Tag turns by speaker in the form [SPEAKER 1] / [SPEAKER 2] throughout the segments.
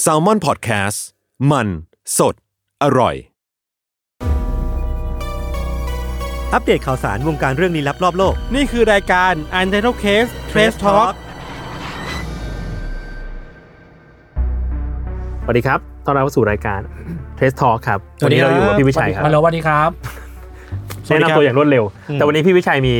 [SPEAKER 1] แซลมอนพอดแคสต์มันสดอร่อย
[SPEAKER 2] อัปเดตข่าวสารวงการเรื่องลี้ลับรอบโลก
[SPEAKER 3] นี่คือรายการ u n t i t l e Case Trace Talk
[SPEAKER 4] สวัสดีครับ ต้อนรับเข้าสู่รายการ Trace Talk ครับ วันนี้เราอยู่กับพี่วิชัยครับ
[SPEAKER 5] ฮัลโหลสวัสดีครับ
[SPEAKER 4] แนะนำตัวอย่างรวดเร็ว
[SPEAKER 3] อืม
[SPEAKER 4] แต่วันนี้พี่วิชัยมี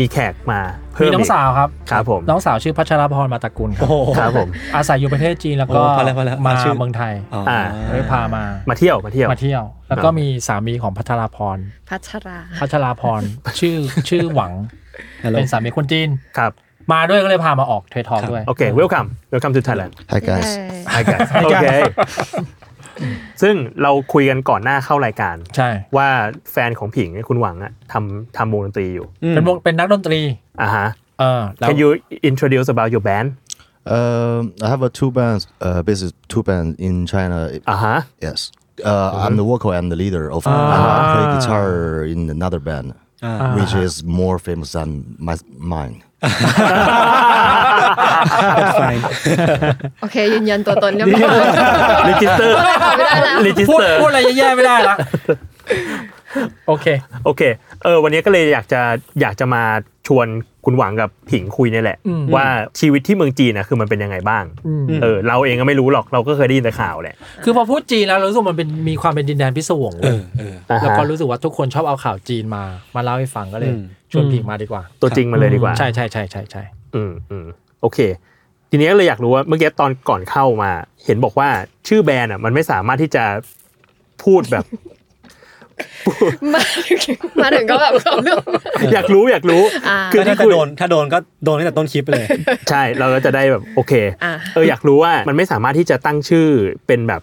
[SPEAKER 4] มีแขกมาเพิ่
[SPEAKER 5] มี
[SPEAKER 4] ม
[SPEAKER 5] น้องสาวครับ
[SPEAKER 4] ครับผม
[SPEAKER 5] น้องสาวชื่อพัชรพรมาตระกุลค
[SPEAKER 3] โอ้
[SPEAKER 5] รับ
[SPEAKER 3] โห
[SPEAKER 4] ครับผม
[SPEAKER 5] อาศัยอยู่ประเทศจีนแล้วก็
[SPEAKER 3] โอ้พอแล้วพอแล้ว
[SPEAKER 5] มา
[SPEAKER 3] มาชื่อ
[SPEAKER 5] เมืองไทย
[SPEAKER 3] อ๋อ
[SPEAKER 4] อ่า
[SPEAKER 5] เลยพามา
[SPEAKER 4] มาเที่ยวมาเที่ยว
[SPEAKER 5] มาเที่ยว แล้วก็มีสามีของพัชรพร
[SPEAKER 6] พัชรา
[SPEAKER 5] พัชรพร ชื่อชื่อหวัง
[SPEAKER 3] ฮัลโหล
[SPEAKER 5] เป็นสามีคนจีน
[SPEAKER 4] ครับ
[SPEAKER 5] มาด้วยก็เลยพามาออกเทรดทอล
[SPEAKER 3] ครับ
[SPEAKER 5] ด้วย
[SPEAKER 4] โอเค welcome welcome to Thailand
[SPEAKER 6] ไอ้
[SPEAKER 4] Hi guys โอเค ซึ่งเราคุยกันก่อนหน้าเข้ารายการ
[SPEAKER 5] ใช่
[SPEAKER 4] ว่าแฟนของผิงเนี่ยคุณหวังอะทำทำวงดนตรีอยู่
[SPEAKER 5] เป็นวงเป็นนักดนตรี
[SPEAKER 4] อ่าฮะ
[SPEAKER 5] เออแล้ว
[SPEAKER 4] Can you introduce about your band
[SPEAKER 7] Um, I have a two bands, uh, basically two bands in China.
[SPEAKER 4] อ่าฮะ
[SPEAKER 7] Yes, uh, I'm the vocal and the leader of. And I play guitar in another band, which is more famous than my mine.
[SPEAKER 3] ไฟ
[SPEAKER 6] โอเค ยืนยันตัวตนเรียบร้อย
[SPEAKER 4] register
[SPEAKER 6] ไม่ได้แล้ว
[SPEAKER 5] พูด
[SPEAKER 4] register
[SPEAKER 5] พูดอะไรแย่ๆไม่ได้ละ โอเค
[SPEAKER 4] โอเค เออ วันนี้ก็เลยอยากจะอยากจะมาชวนคุณหวังกับผิงคุยเนี่ยแหละ
[SPEAKER 5] อืม
[SPEAKER 4] ว่าชีวิตที่เมืองจีนนะคือมันเป็นยังไงบ้าง
[SPEAKER 5] อืม
[SPEAKER 4] เออ เราเองก็ไม่รู้หรอกเราก็เคยได้ยินแต่ข่าวแหละ
[SPEAKER 5] คือพอพูดจีนแล้วเรารู้สึกมันเป็นมีความเป็นดินแดนพิศวง
[SPEAKER 3] เอ
[SPEAKER 5] เว้ย
[SPEAKER 3] อเออ
[SPEAKER 4] อ่า
[SPEAKER 5] แล้ว
[SPEAKER 4] ฮะ
[SPEAKER 5] ก็รู้สึกว่าทุกคนชอบเอาข่าวจีนมา มาเล่าให้ฟังก็เลย
[SPEAKER 3] อืม
[SPEAKER 5] ชวนผิงมาดีกว่า
[SPEAKER 4] ตัวจริงมาเลยดีกว่า
[SPEAKER 5] ใช่ใช่ใช่ใช่ใช่
[SPEAKER 4] อืมอืมโอเค ทีนี้เลยอยากรู้ว่าเมื่อกี้ตอนก่อนเข้ามา เห็นบอกว่าชื่อแบรนด์อ่ะมันไม่สามารถที่จะพูดแบบ
[SPEAKER 6] มาถึงมาถึงก็แบบ เขาเรื่อง
[SPEAKER 4] อยากรู้อยากรู้
[SPEAKER 6] อ่า
[SPEAKER 4] คือ
[SPEAKER 3] ถ้า
[SPEAKER 4] ที่
[SPEAKER 3] จะ
[SPEAKER 4] คุย
[SPEAKER 3] โดนถ้าโดนก็โดนตั้งแต่ต้นคลิปเลย
[SPEAKER 4] ใช่เราก็จะได้แบบโอเค
[SPEAKER 6] อ่า
[SPEAKER 4] เอออยากรู้ว่ามันไม่สามารถที่จะตั้งชื่อเป็นแบบ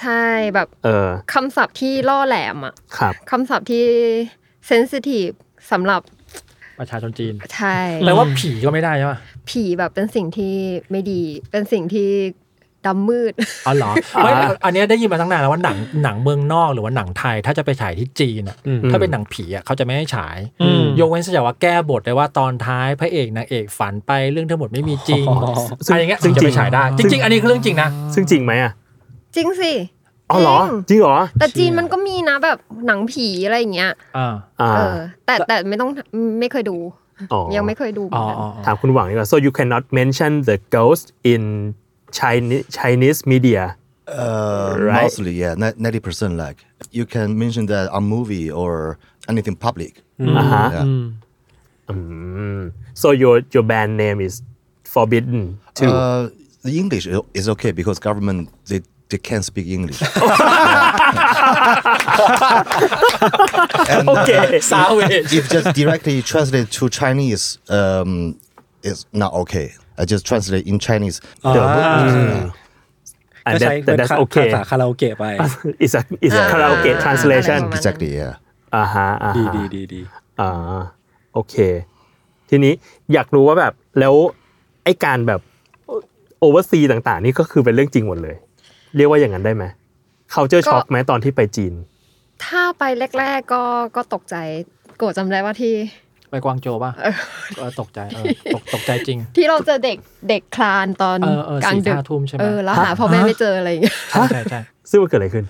[SPEAKER 6] ใช่แบบ
[SPEAKER 4] เออ
[SPEAKER 6] คำศัพท์ที่ล่อแหลมอ่ะ
[SPEAKER 4] ครับ
[SPEAKER 6] คำศัพท์ที่เซนซิทีฟสำหรับ
[SPEAKER 5] ประชาชนจีน
[SPEAKER 6] ใช่
[SPEAKER 5] แปลว่าผีก็ไม่ได้ใช่ป่ะ
[SPEAKER 6] ผีแบบเป็นสิ่งที่ไม่ดี เป็นสิ่งที่ดำมืด
[SPEAKER 5] อ๋อเหรอไม่อันเนี้ยได้ยินมาตั้งนานแล้วว่าหนังหนังเมืองนอกหรือว่าหนังไทย ถ้าจะไปฉายที่จีนอ่ะ
[SPEAKER 3] อืม
[SPEAKER 5] ถ้าเป็นหนังผีอ่ะเขาจะไม่ให้ฉาย
[SPEAKER 3] อืม
[SPEAKER 5] ยกเว้นแต่ว่าแก้บทได้ว่าตอนท้ายพระเอกนางเอกฝันไปเรื่องทั้งหมดไม่มีจริงอะไรอย่างเงี้ย
[SPEAKER 4] ซึ่
[SPEAKER 5] ถึง
[SPEAKER 4] ง
[SPEAKER 5] จะ
[SPEAKER 4] จริ
[SPEAKER 5] ไป
[SPEAKER 4] ง
[SPEAKER 5] ฉายได้จริง ๆ อันนี้คือเรื่องจริงนะ
[SPEAKER 4] ซึ่งจริงไหมอ่ะ
[SPEAKER 6] จริงสิ
[SPEAKER 4] อ๋อเหรอ
[SPEAKER 6] จ
[SPEAKER 4] จ
[SPEAKER 6] ริง
[SPEAKER 4] ริงเหรอ
[SPEAKER 6] แต่จีนมันก็มีนะแบบหนังผีอะไรอย่างเงี้ย
[SPEAKER 5] อ่า
[SPEAKER 4] อ่า
[SPEAKER 6] เออ แต่แต่ไม่ต้องไม่เคยดู
[SPEAKER 4] อ๋อ
[SPEAKER 6] ยังไม่เคยดูเหมื
[SPEAKER 5] อ๋
[SPEAKER 6] อ
[SPEAKER 5] อน
[SPEAKER 6] กัน
[SPEAKER 5] อ๋ออ๋อ
[SPEAKER 4] ถามคุณหวังดีกว่า so you cannot mention the ghost in Chinese Chinese media
[SPEAKER 7] Uh,
[SPEAKER 4] Right.
[SPEAKER 7] Mostly, yeah, ninety percent. Like you can mention that a movie or anything public.
[SPEAKER 4] อ่าฮะ
[SPEAKER 7] Yeah.
[SPEAKER 4] โซ your your band name is forbidden to
[SPEAKER 7] Uh, the English i- is okay because government they they can't speak English. And, uh,
[SPEAKER 4] โอเค
[SPEAKER 5] ซาวเวจ
[SPEAKER 7] if just directly translate to Chinese, um, it's not okay. I just translate in Chinese. The book-
[SPEAKER 3] ก็
[SPEAKER 4] and
[SPEAKER 3] ใช้
[SPEAKER 4] that,
[SPEAKER 3] เป็น
[SPEAKER 4] that's
[SPEAKER 3] ภา
[SPEAKER 4] okay
[SPEAKER 3] ษาคาราโอเกะไป
[SPEAKER 4] is a is a
[SPEAKER 6] อ่า
[SPEAKER 4] karaoke
[SPEAKER 6] อ่า
[SPEAKER 4] translation
[SPEAKER 6] อะไรประมาณนั้น
[SPEAKER 7] exactly, yeah.
[SPEAKER 4] อ่าฮะอ่า
[SPEAKER 3] ดี
[SPEAKER 4] ฮะ
[SPEAKER 3] ดีดีดี
[SPEAKER 4] อ่าโอเค ทีนี้อยากรู้ว่าแบบแล้วไอการแบบโอเวอร์ซีต่างๆ นี่ก็คือเป็นเรื่องจริงหมดเลย เรียกว่าอย่างนั้นได้ไหม culture shock ไหมตอนที่ไปจีน
[SPEAKER 6] ถ้าไปแรก ๆ ก็ก็ตกใจโกรธจำได้ว่าที่
[SPEAKER 5] ไปกวางโจวป่ะเออตกใจเออตกตกใจจริง
[SPEAKER 6] ที่เราเจะเด็กเด็กคลานตอน
[SPEAKER 5] เออเออก
[SPEAKER 6] ลางดึก
[SPEAKER 5] สี่ห้าทุ่มใช่ไหม
[SPEAKER 6] เออแล้วหาพ่อแม่ไม่เจออะไรอย่างเงี้ย
[SPEAKER 5] ใช่ใช่ใช่
[SPEAKER 4] ซึ่งมันเกิดอะไรขึ้น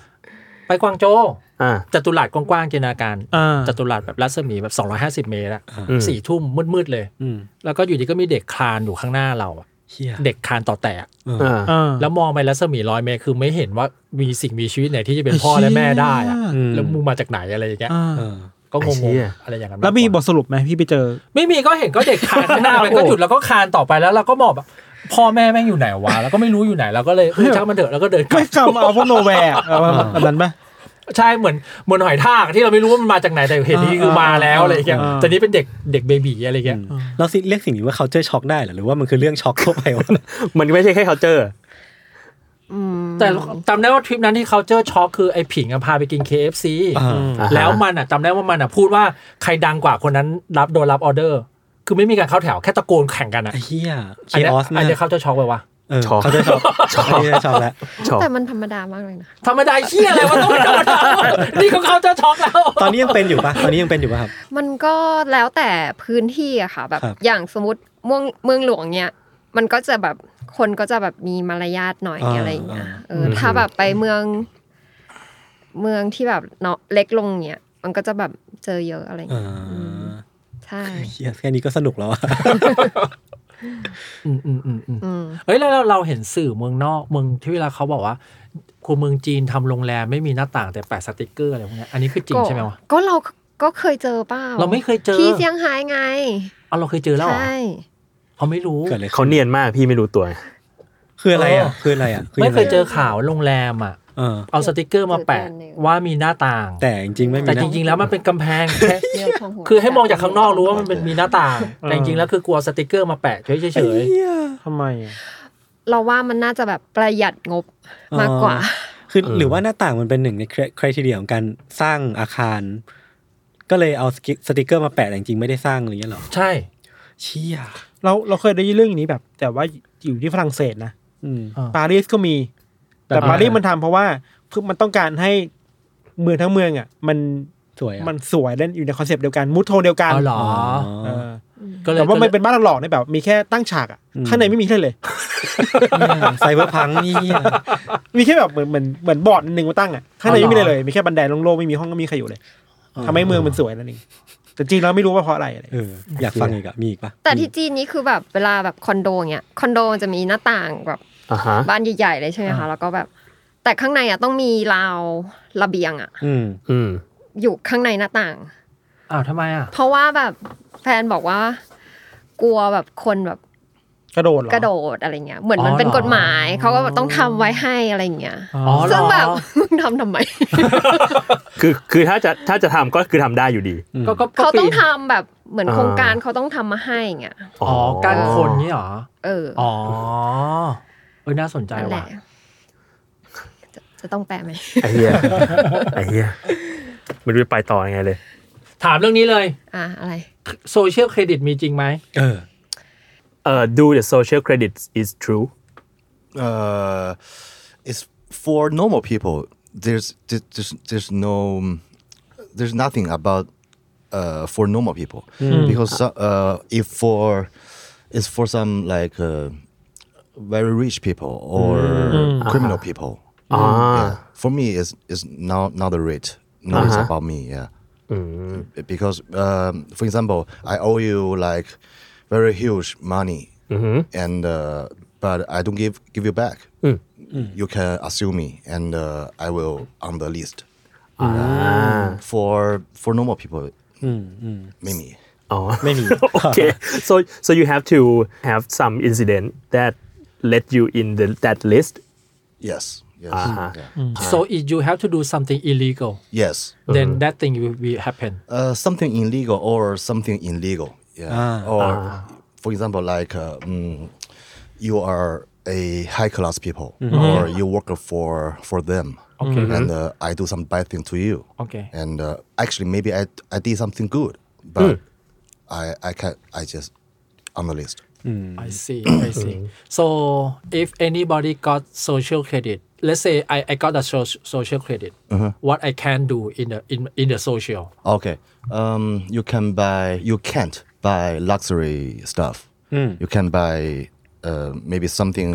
[SPEAKER 5] ไปกวางโจว
[SPEAKER 4] อ่า
[SPEAKER 5] จัตุรัสกว้างๆจินตนาการ
[SPEAKER 3] อ่า
[SPEAKER 5] จัตุรัสแบบรัศมีแบบ 250 เมตรอะ
[SPEAKER 4] อืม
[SPEAKER 5] สี่ทุ่มมืดๆเลย
[SPEAKER 3] อืม
[SPEAKER 5] แล้วก็อยู่ดีก็มีเด็กคลานอยู่ข้างหน้าเราอะ
[SPEAKER 3] เฮีย
[SPEAKER 5] เด็กคลานต่อแตะ
[SPEAKER 4] อ่า
[SPEAKER 3] อ่า
[SPEAKER 5] แล้วมองไปรัศมีร้อยเมตรคือไม่เห็นว่ามีสิ่งมีชีวิตไหนที่จะเป็นพ่อและแม่ได้อะ
[SPEAKER 3] อืม
[SPEAKER 5] แล้วมูมาจากไหนอะไรอย่างเงี้ย
[SPEAKER 3] อ่า
[SPEAKER 4] เออ
[SPEAKER 5] ก็ง
[SPEAKER 4] ไอ้เหี้
[SPEAKER 5] ง
[SPEAKER 4] ย
[SPEAKER 5] ๆอะไรอย่างเงี้ย
[SPEAKER 3] แล้วมีบทสรุปไหมพี่ไปเจอ
[SPEAKER 5] ไม่มีก็เห็นก็เด็กคลานข้างหน้าไปก็หยุดแล้วก็คลานต่อไปแล้วเราก็มองแบบพ่อแม่แม่งอยู่ไหน วะแล้วก็ไม่รู้อยู่ไหนเราก็เลยเออช่างมันเถอะแล้วก็เดินกลั
[SPEAKER 3] ไม่
[SPEAKER 5] บ
[SPEAKER 3] กำเอาพวกโนแวร์เอาแบบนั้นปะ
[SPEAKER 5] ใช่เหมือนเหมือนหอยทากที่เราไม่รู้ว่ามันมาจากไหนแต่เห็นนี่คือมาแล้วอะไรอย่างเงี้ย
[SPEAKER 3] อ่า
[SPEAKER 5] แต่นี่เป็นเด็กเด็กเบบีอะไรอย่างเงี้ย
[SPEAKER 3] เราสิเรียกสิ่งนี้ว่า culture shock ได้เหรอหรือว่ามันคือเรื่องช็อกทั่วไปวะ
[SPEAKER 4] มันไม่ใช่แค่ culture
[SPEAKER 5] แต่จำได้ว่าทริปนั้นที่เขาเจอช็อกคือไอ้ผิงอะพาไปกิน KFC
[SPEAKER 3] อ่า
[SPEAKER 4] อ่าฮะ
[SPEAKER 5] แล้วมันอะจำได้ว่ามันอะพูดว่าใครดังกว่าคนนั้นรับโดนรับออเดอร์ คือไม่มีการเข้าแถวแค่ตะโกนแข่งกันอะ
[SPEAKER 3] ไอ้เฮีย
[SPEAKER 5] อัน
[SPEAKER 3] คี
[SPEAKER 5] เนี้ย
[SPEAKER 3] ออส
[SPEAKER 5] อันเนี้ย
[SPEAKER 3] นะ
[SPEAKER 5] เขาเจอช็อกไปวะ
[SPEAKER 3] เออ
[SPEAKER 4] ช็อก
[SPEAKER 3] culture shock อันนี้ช็อกแล้ว
[SPEAKER 4] ชอบ
[SPEAKER 6] แต่มันธรรมดามากเลยนะ
[SPEAKER 5] ธรรมดาเชี่ยอะไรวะต้องเป็นธรรมดานี่เขาเขาเจอช็อกแล้ว
[SPEAKER 3] ตอนนี้ยังเป็นอยู่ปะตอนนี้ยังเป็นอยู่ปะครับ
[SPEAKER 6] มันก็แล้วแต่พื้นที่อะค่ะแบบ
[SPEAKER 3] ครับ
[SPEAKER 6] อย่างสมมติเมืองเมืองหลวงเนี่ยมันก็จะแบบคนก็จะแบบมีมารยาทหน่อยอะไรอย่างเงี้ยเออถ้าแบบไปเมือง เมืองที่แบบเนาะเล็กลงเนี่ยมันก็จะแบบเจอเยอะอะไร
[SPEAKER 3] อ่า
[SPEAKER 6] เงี้ยใช่
[SPEAKER 3] เหี้ยแค่นี้ก็สนุกแล้วอะ
[SPEAKER 5] อืมอืมอืมอืม
[SPEAKER 6] อืม
[SPEAKER 5] เอ้ยแล้วเราเราเห็นสื่อเมืองนอกเมืองที่เวลาเขาบอกว่าคนเมืองจีนทำโรงแรมไม่มีหน้าต่างแต่แปะสติกเกอร์อะไรพวกเนี้ยอันนี้คือจริง
[SPEAKER 6] ก็
[SPEAKER 5] ใช่ไหมวะ
[SPEAKER 6] ก็เราก็เคยเจอเปล่า
[SPEAKER 5] เราไม่เคยเจอ
[SPEAKER 6] ที่เซี่ยงไฮ้ไง
[SPEAKER 5] เอาเราเคยเจอแล้วเหรอ
[SPEAKER 6] ใช่
[SPEAKER 5] เขาไม่รู้
[SPEAKER 3] เกิดอะไร
[SPEAKER 4] เขาเนียนมากพี่ไม่รู้ตัว
[SPEAKER 3] คืออะไรอ่ะ คืออะไรอ่ะอ
[SPEAKER 5] ไม่
[SPEAKER 3] งง
[SPEAKER 5] เคยเจอข่าวโรงแรมอ่ะ
[SPEAKER 3] เออ
[SPEAKER 5] เอาสติกเกอร์มาแปะว่ามีหน้าต่าง
[SPEAKER 3] แต่จริงๆไม่มี
[SPEAKER 5] แต่จ
[SPEAKER 3] นะ
[SPEAKER 5] ริงๆแล้วมันเป็นกำแพ งแค่
[SPEAKER 6] เดี๋ยวขหัว
[SPEAKER 5] คือให้มองจากข้างนอกรู้ว่ามันเป็นมีหน้าต่าง แต่จริงๆแล้วคือกลัวสติกเกอร์มาแปะเฉย
[SPEAKER 3] เหี้ย
[SPEAKER 8] ทำไมอะ
[SPEAKER 6] เราว่ามันน่าจะแบบประหยัดงบมากกว่า
[SPEAKER 3] คือ
[SPEAKER 4] เออ
[SPEAKER 3] หรือว่าหน้าต่างมันเป็นหนึ่งในคุณทีเดียของการสร้างอาคาร ก็เลยเอาสกิสติกเกอร์มาแปะแต่จริงๆไม่ได้สร้างอะไรอย่างเงี้ยหรอ
[SPEAKER 5] ๆ ใช่
[SPEAKER 3] เชี่ย
[SPEAKER 8] เราเราเคยได้ยินเรื่องอย่างนี้แบบ แต่ว่าอยู่ที่ฝรั่งเศสนะ
[SPEAKER 3] อืม
[SPEAKER 8] ปารีสก็มี แต่
[SPEAKER 3] แบบอะไร
[SPEAKER 8] ปารีสมันทำเพราะว่าเพื่อมันต้องการให้เมืองทั้งเมืองอ่ะ มัน
[SPEAKER 3] สวยอ่ะ
[SPEAKER 8] มันสวยและอยู่ในคอนเซปต์เดียวกันมูทโทนเดียวกัน
[SPEAKER 5] เอาเหรอ
[SPEAKER 8] เออ
[SPEAKER 5] ก็เลย
[SPEAKER 8] แต่ว่ามันเป็นบ้านหลอกๆในแบบ มีแค่ตั้งฉากอ่ะข้าง ในไม่มีอะไรเลย
[SPEAKER 3] ไซเบอร์พังนี่
[SPEAKER 8] มีแค่แบบเหมือนเหมือนเหมือนบอร์ดหนึ่งมาตั้งอ่ะข้างในไม่มีอะไรเลย มีแค่บันไดโล่งๆไม่มีห้องก็มีใครอยู่เลย ทำให้เมืองมันสวยนั่นเองแต่จริงแล้วไม่รู้ว่าเพราะอะไรอะไร
[SPEAKER 3] เอออยากฟังอีกอ่ะมีอีกปะ
[SPEAKER 6] แต่ที่จีนนี้คือแบบเวลาแบบคอนโดเงี้ยคอนโดมันจะมีหน้าต่างแบบ
[SPEAKER 4] อ่าฮะ
[SPEAKER 6] บ้านใหญ่ๆเลยใช่ไหมคะแล้วก็แบบ แต่ข้างในอ่ะต้องมีราวระเบียงอ่ะ
[SPEAKER 3] อืม
[SPEAKER 4] อืม
[SPEAKER 6] อยู่ข้างในหน้าต่าง
[SPEAKER 5] อ้าวทำไมอ่ะ
[SPEAKER 6] เพราะว่าแบบแฟนบอกว่า กลัวแบบคนแบบ
[SPEAKER 8] กระโดดเหรอก
[SPEAKER 6] ระโดดอะไรเงี้ยเหมือนมันเป็นกฎหมายเขาก็แบบต้องทำไว้ให้อะไรเงี้ย
[SPEAKER 5] อ๋อเหร
[SPEAKER 6] ซึ่ง
[SPEAKER 5] อ
[SPEAKER 6] แบบ มึงทำทำไม
[SPEAKER 4] คือคือถ้าจะถ้าจะทำก็คือทำได้อยู่ดี
[SPEAKER 5] ก็ก็ก็
[SPEAKER 6] เขาต้อง
[SPEAKER 5] ปีน
[SPEAKER 6] ทำแบบเหมือน
[SPEAKER 4] อ่า
[SPEAKER 6] โครงการเขาต้องทำมาให้เงี้ย
[SPEAKER 5] อ๋อการคนนี่เหรอ
[SPEAKER 6] เออ
[SPEAKER 5] อ๋อเออน่าสนใจ
[SPEAKER 6] นั่นแห
[SPEAKER 5] ว่ะ
[SPEAKER 6] ละจะจะต้องแปลไหม
[SPEAKER 4] ไอ้เหี้ยไอ้เหี้ยไม่รู้จะไปต่อยังไงเลย
[SPEAKER 5] ถามเรื่องนี้เลย
[SPEAKER 6] อ่ะอะไร
[SPEAKER 5] โซเชียลเครดิตมีจริงไหม
[SPEAKER 3] เออ
[SPEAKER 4] เอ่อ Uh, do the social credit is true
[SPEAKER 7] Uh, it's for normal people. There's there's there's- there's no there's nothing about uh, for normal people
[SPEAKER 4] Hmm.
[SPEAKER 7] because so- uh, if for it's for some like uh, very rich people or
[SPEAKER 4] Hmm.
[SPEAKER 7] criminal
[SPEAKER 4] Ah.
[SPEAKER 7] people. Yeah. For me, it's it's not not the rate. No, it's
[SPEAKER 4] Uh-huh.
[SPEAKER 7] about me. Yeah. Uh, Because um, for example, I owe you like very huge money, and uh, but I don't give give you back. You can assume me, and uh, I will on the list. Uh, For for normal people, maybe.
[SPEAKER 4] อ๋อ
[SPEAKER 3] ไม่มี
[SPEAKER 4] okay so so you have to have some incident that let you in the that list
[SPEAKER 7] Yes. Yes. yeah.
[SPEAKER 5] so if you have to do something illegal
[SPEAKER 7] Yes.
[SPEAKER 5] then that thing will will happen
[SPEAKER 7] Uh, something illegal or something illegal. Yeah. or for example, like uh, mm, you are a high class people, or you work for for them, Mm-hmm. okay. and uh, I do some bad thing to you.
[SPEAKER 5] Okay.
[SPEAKER 7] And uh, actually, maybe I, I did something good, but I I can I just on the list.
[SPEAKER 5] I see I see so if anybody got social credit let's say I I got a so- social credit what I can do in the in in the social
[SPEAKER 7] Okay. Um, you can buy. You can't buy luxury stuff. You can buy uh, maybe something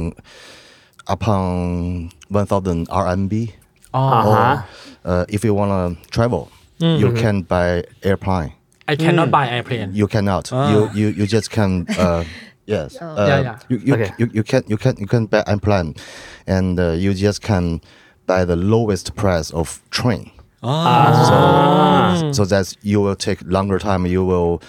[SPEAKER 7] upon one thousand RMB. Or uh, if you wanna travel, you can buy airplane.
[SPEAKER 5] I cannot buy airplane
[SPEAKER 7] You cannot. You, you you just can. Uh, yes. Uh,
[SPEAKER 5] Yeah, yeah.
[SPEAKER 7] You you,
[SPEAKER 4] Okay.
[SPEAKER 7] you you can you can you can buy airplane, and uh, you just can buy the lowest price of train. So, so that you will take longer time. You will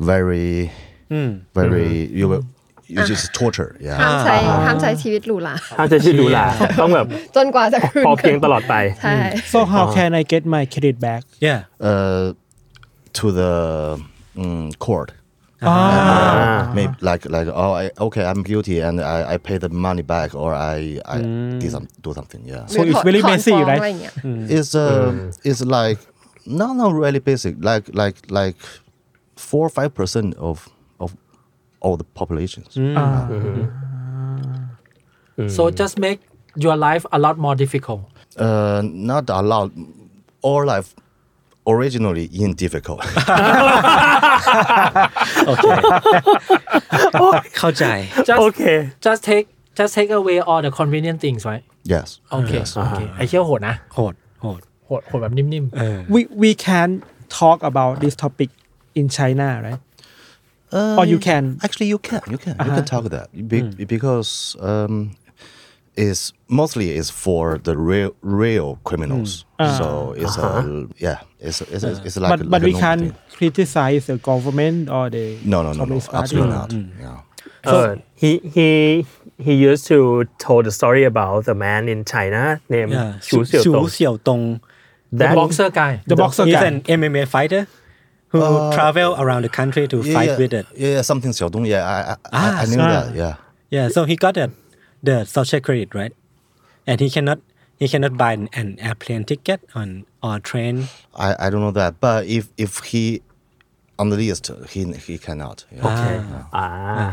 [SPEAKER 7] very, very. You will you just torture. Yeah.
[SPEAKER 6] ห้ามใช้ห้ามใช้ชีวิตหรูหรา
[SPEAKER 4] ห้ามใช้ชีวิตหรูหราต้องแบบ
[SPEAKER 6] จนกว่าจะคืน
[SPEAKER 4] พอเพียงตลอดไป
[SPEAKER 6] ใช่
[SPEAKER 8] so how can I get my credit back
[SPEAKER 3] yeah
[SPEAKER 7] Uh, to the mm, court.
[SPEAKER 8] อ่า
[SPEAKER 7] Maybe like like oh I, okay I'm guilty and I, I pay the money back or I I did some, do something yeah
[SPEAKER 8] So it's really
[SPEAKER 6] หรือถ
[SPEAKER 8] messy,
[SPEAKER 6] อนฟ้อง
[SPEAKER 8] right?
[SPEAKER 6] อะไรเงี้ย
[SPEAKER 7] it's uh
[SPEAKER 8] Mm-hmm.
[SPEAKER 7] it's like not not really basic like like like four or five percent of of all the populations
[SPEAKER 8] อ่า
[SPEAKER 5] so just make your life a lot more difficult
[SPEAKER 7] uh not allowed all life originally in difficult
[SPEAKER 3] โอเค เข้าใจ
[SPEAKER 5] just
[SPEAKER 4] โอเค
[SPEAKER 5] just take just take away all the convenient things right
[SPEAKER 7] yes
[SPEAKER 8] Oh,
[SPEAKER 5] โอเคโอเคไอเชี่ยวโหดนะ
[SPEAKER 3] โหดโหด
[SPEAKER 5] โหดโหดแบบนิ่ม
[SPEAKER 3] เออ
[SPEAKER 8] we we can talk about this topic in China right
[SPEAKER 7] Uh,
[SPEAKER 8] Or oh, you can- Uh-huh. Mm.
[SPEAKER 7] actually you can you can you can talk that be, because um, it's mostly is for the real real criminals.
[SPEAKER 8] Mm.
[SPEAKER 7] So it's a yeah it's it's, it's, it's like
[SPEAKER 8] Uh-huh. but but
[SPEAKER 7] like a
[SPEAKER 8] we
[SPEAKER 7] normal
[SPEAKER 8] can
[SPEAKER 7] thing.
[SPEAKER 8] criticize the government or the
[SPEAKER 7] no no no no
[SPEAKER 8] communist party
[SPEAKER 7] absolutely not yeah.
[SPEAKER 4] Uh, he he he used to tell the story about the man in China named
[SPEAKER 3] yeah
[SPEAKER 4] Chu Xiao
[SPEAKER 3] ชู
[SPEAKER 4] Tong.
[SPEAKER 3] เสี่ยวตง
[SPEAKER 5] ๆ the
[SPEAKER 4] That
[SPEAKER 5] boxer guy
[SPEAKER 8] the boxer
[SPEAKER 3] he's
[SPEAKER 8] guy
[SPEAKER 3] an MMA fighter who travel around the country to
[SPEAKER 7] Yeah,
[SPEAKER 3] fight
[SPEAKER 7] yeah,
[SPEAKER 3] with it Ah,
[SPEAKER 7] yeah, yeah, something Xiaodong. Yeah, I I, I, I knew that. Yeah,
[SPEAKER 3] Yeah, so he got a, the social credit, right? And he cannot he cannot buy an, an airplane ticket on or train.
[SPEAKER 7] I, I don't know that. But if if he on the list, he he cannot. Yeah. Okay.
[SPEAKER 4] ah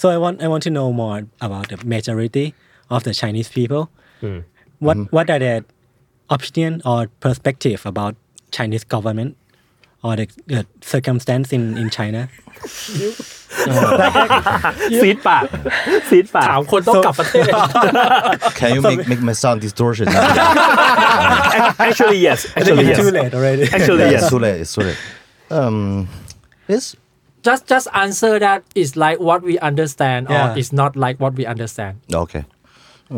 [SPEAKER 3] So I want I want to know more about the majority of the Chinese people.
[SPEAKER 4] Hmm.
[SPEAKER 3] What what are their opinion or perspective about Chinese government or the, the circumstance in, in China?
[SPEAKER 4] ซีดปากซีดปาก
[SPEAKER 5] ถามคนต้องกลับประเทศ
[SPEAKER 7] Can you make, make my sound distortion?
[SPEAKER 4] actually yes
[SPEAKER 3] I think
[SPEAKER 4] actually
[SPEAKER 3] it's
[SPEAKER 4] yes
[SPEAKER 3] too late already.
[SPEAKER 4] actually yes
[SPEAKER 7] it's too late. It's too late. Um, it's
[SPEAKER 5] just just answer that is like what we understand or
[SPEAKER 3] Yeah.
[SPEAKER 5] is not like what we understand
[SPEAKER 7] Okay.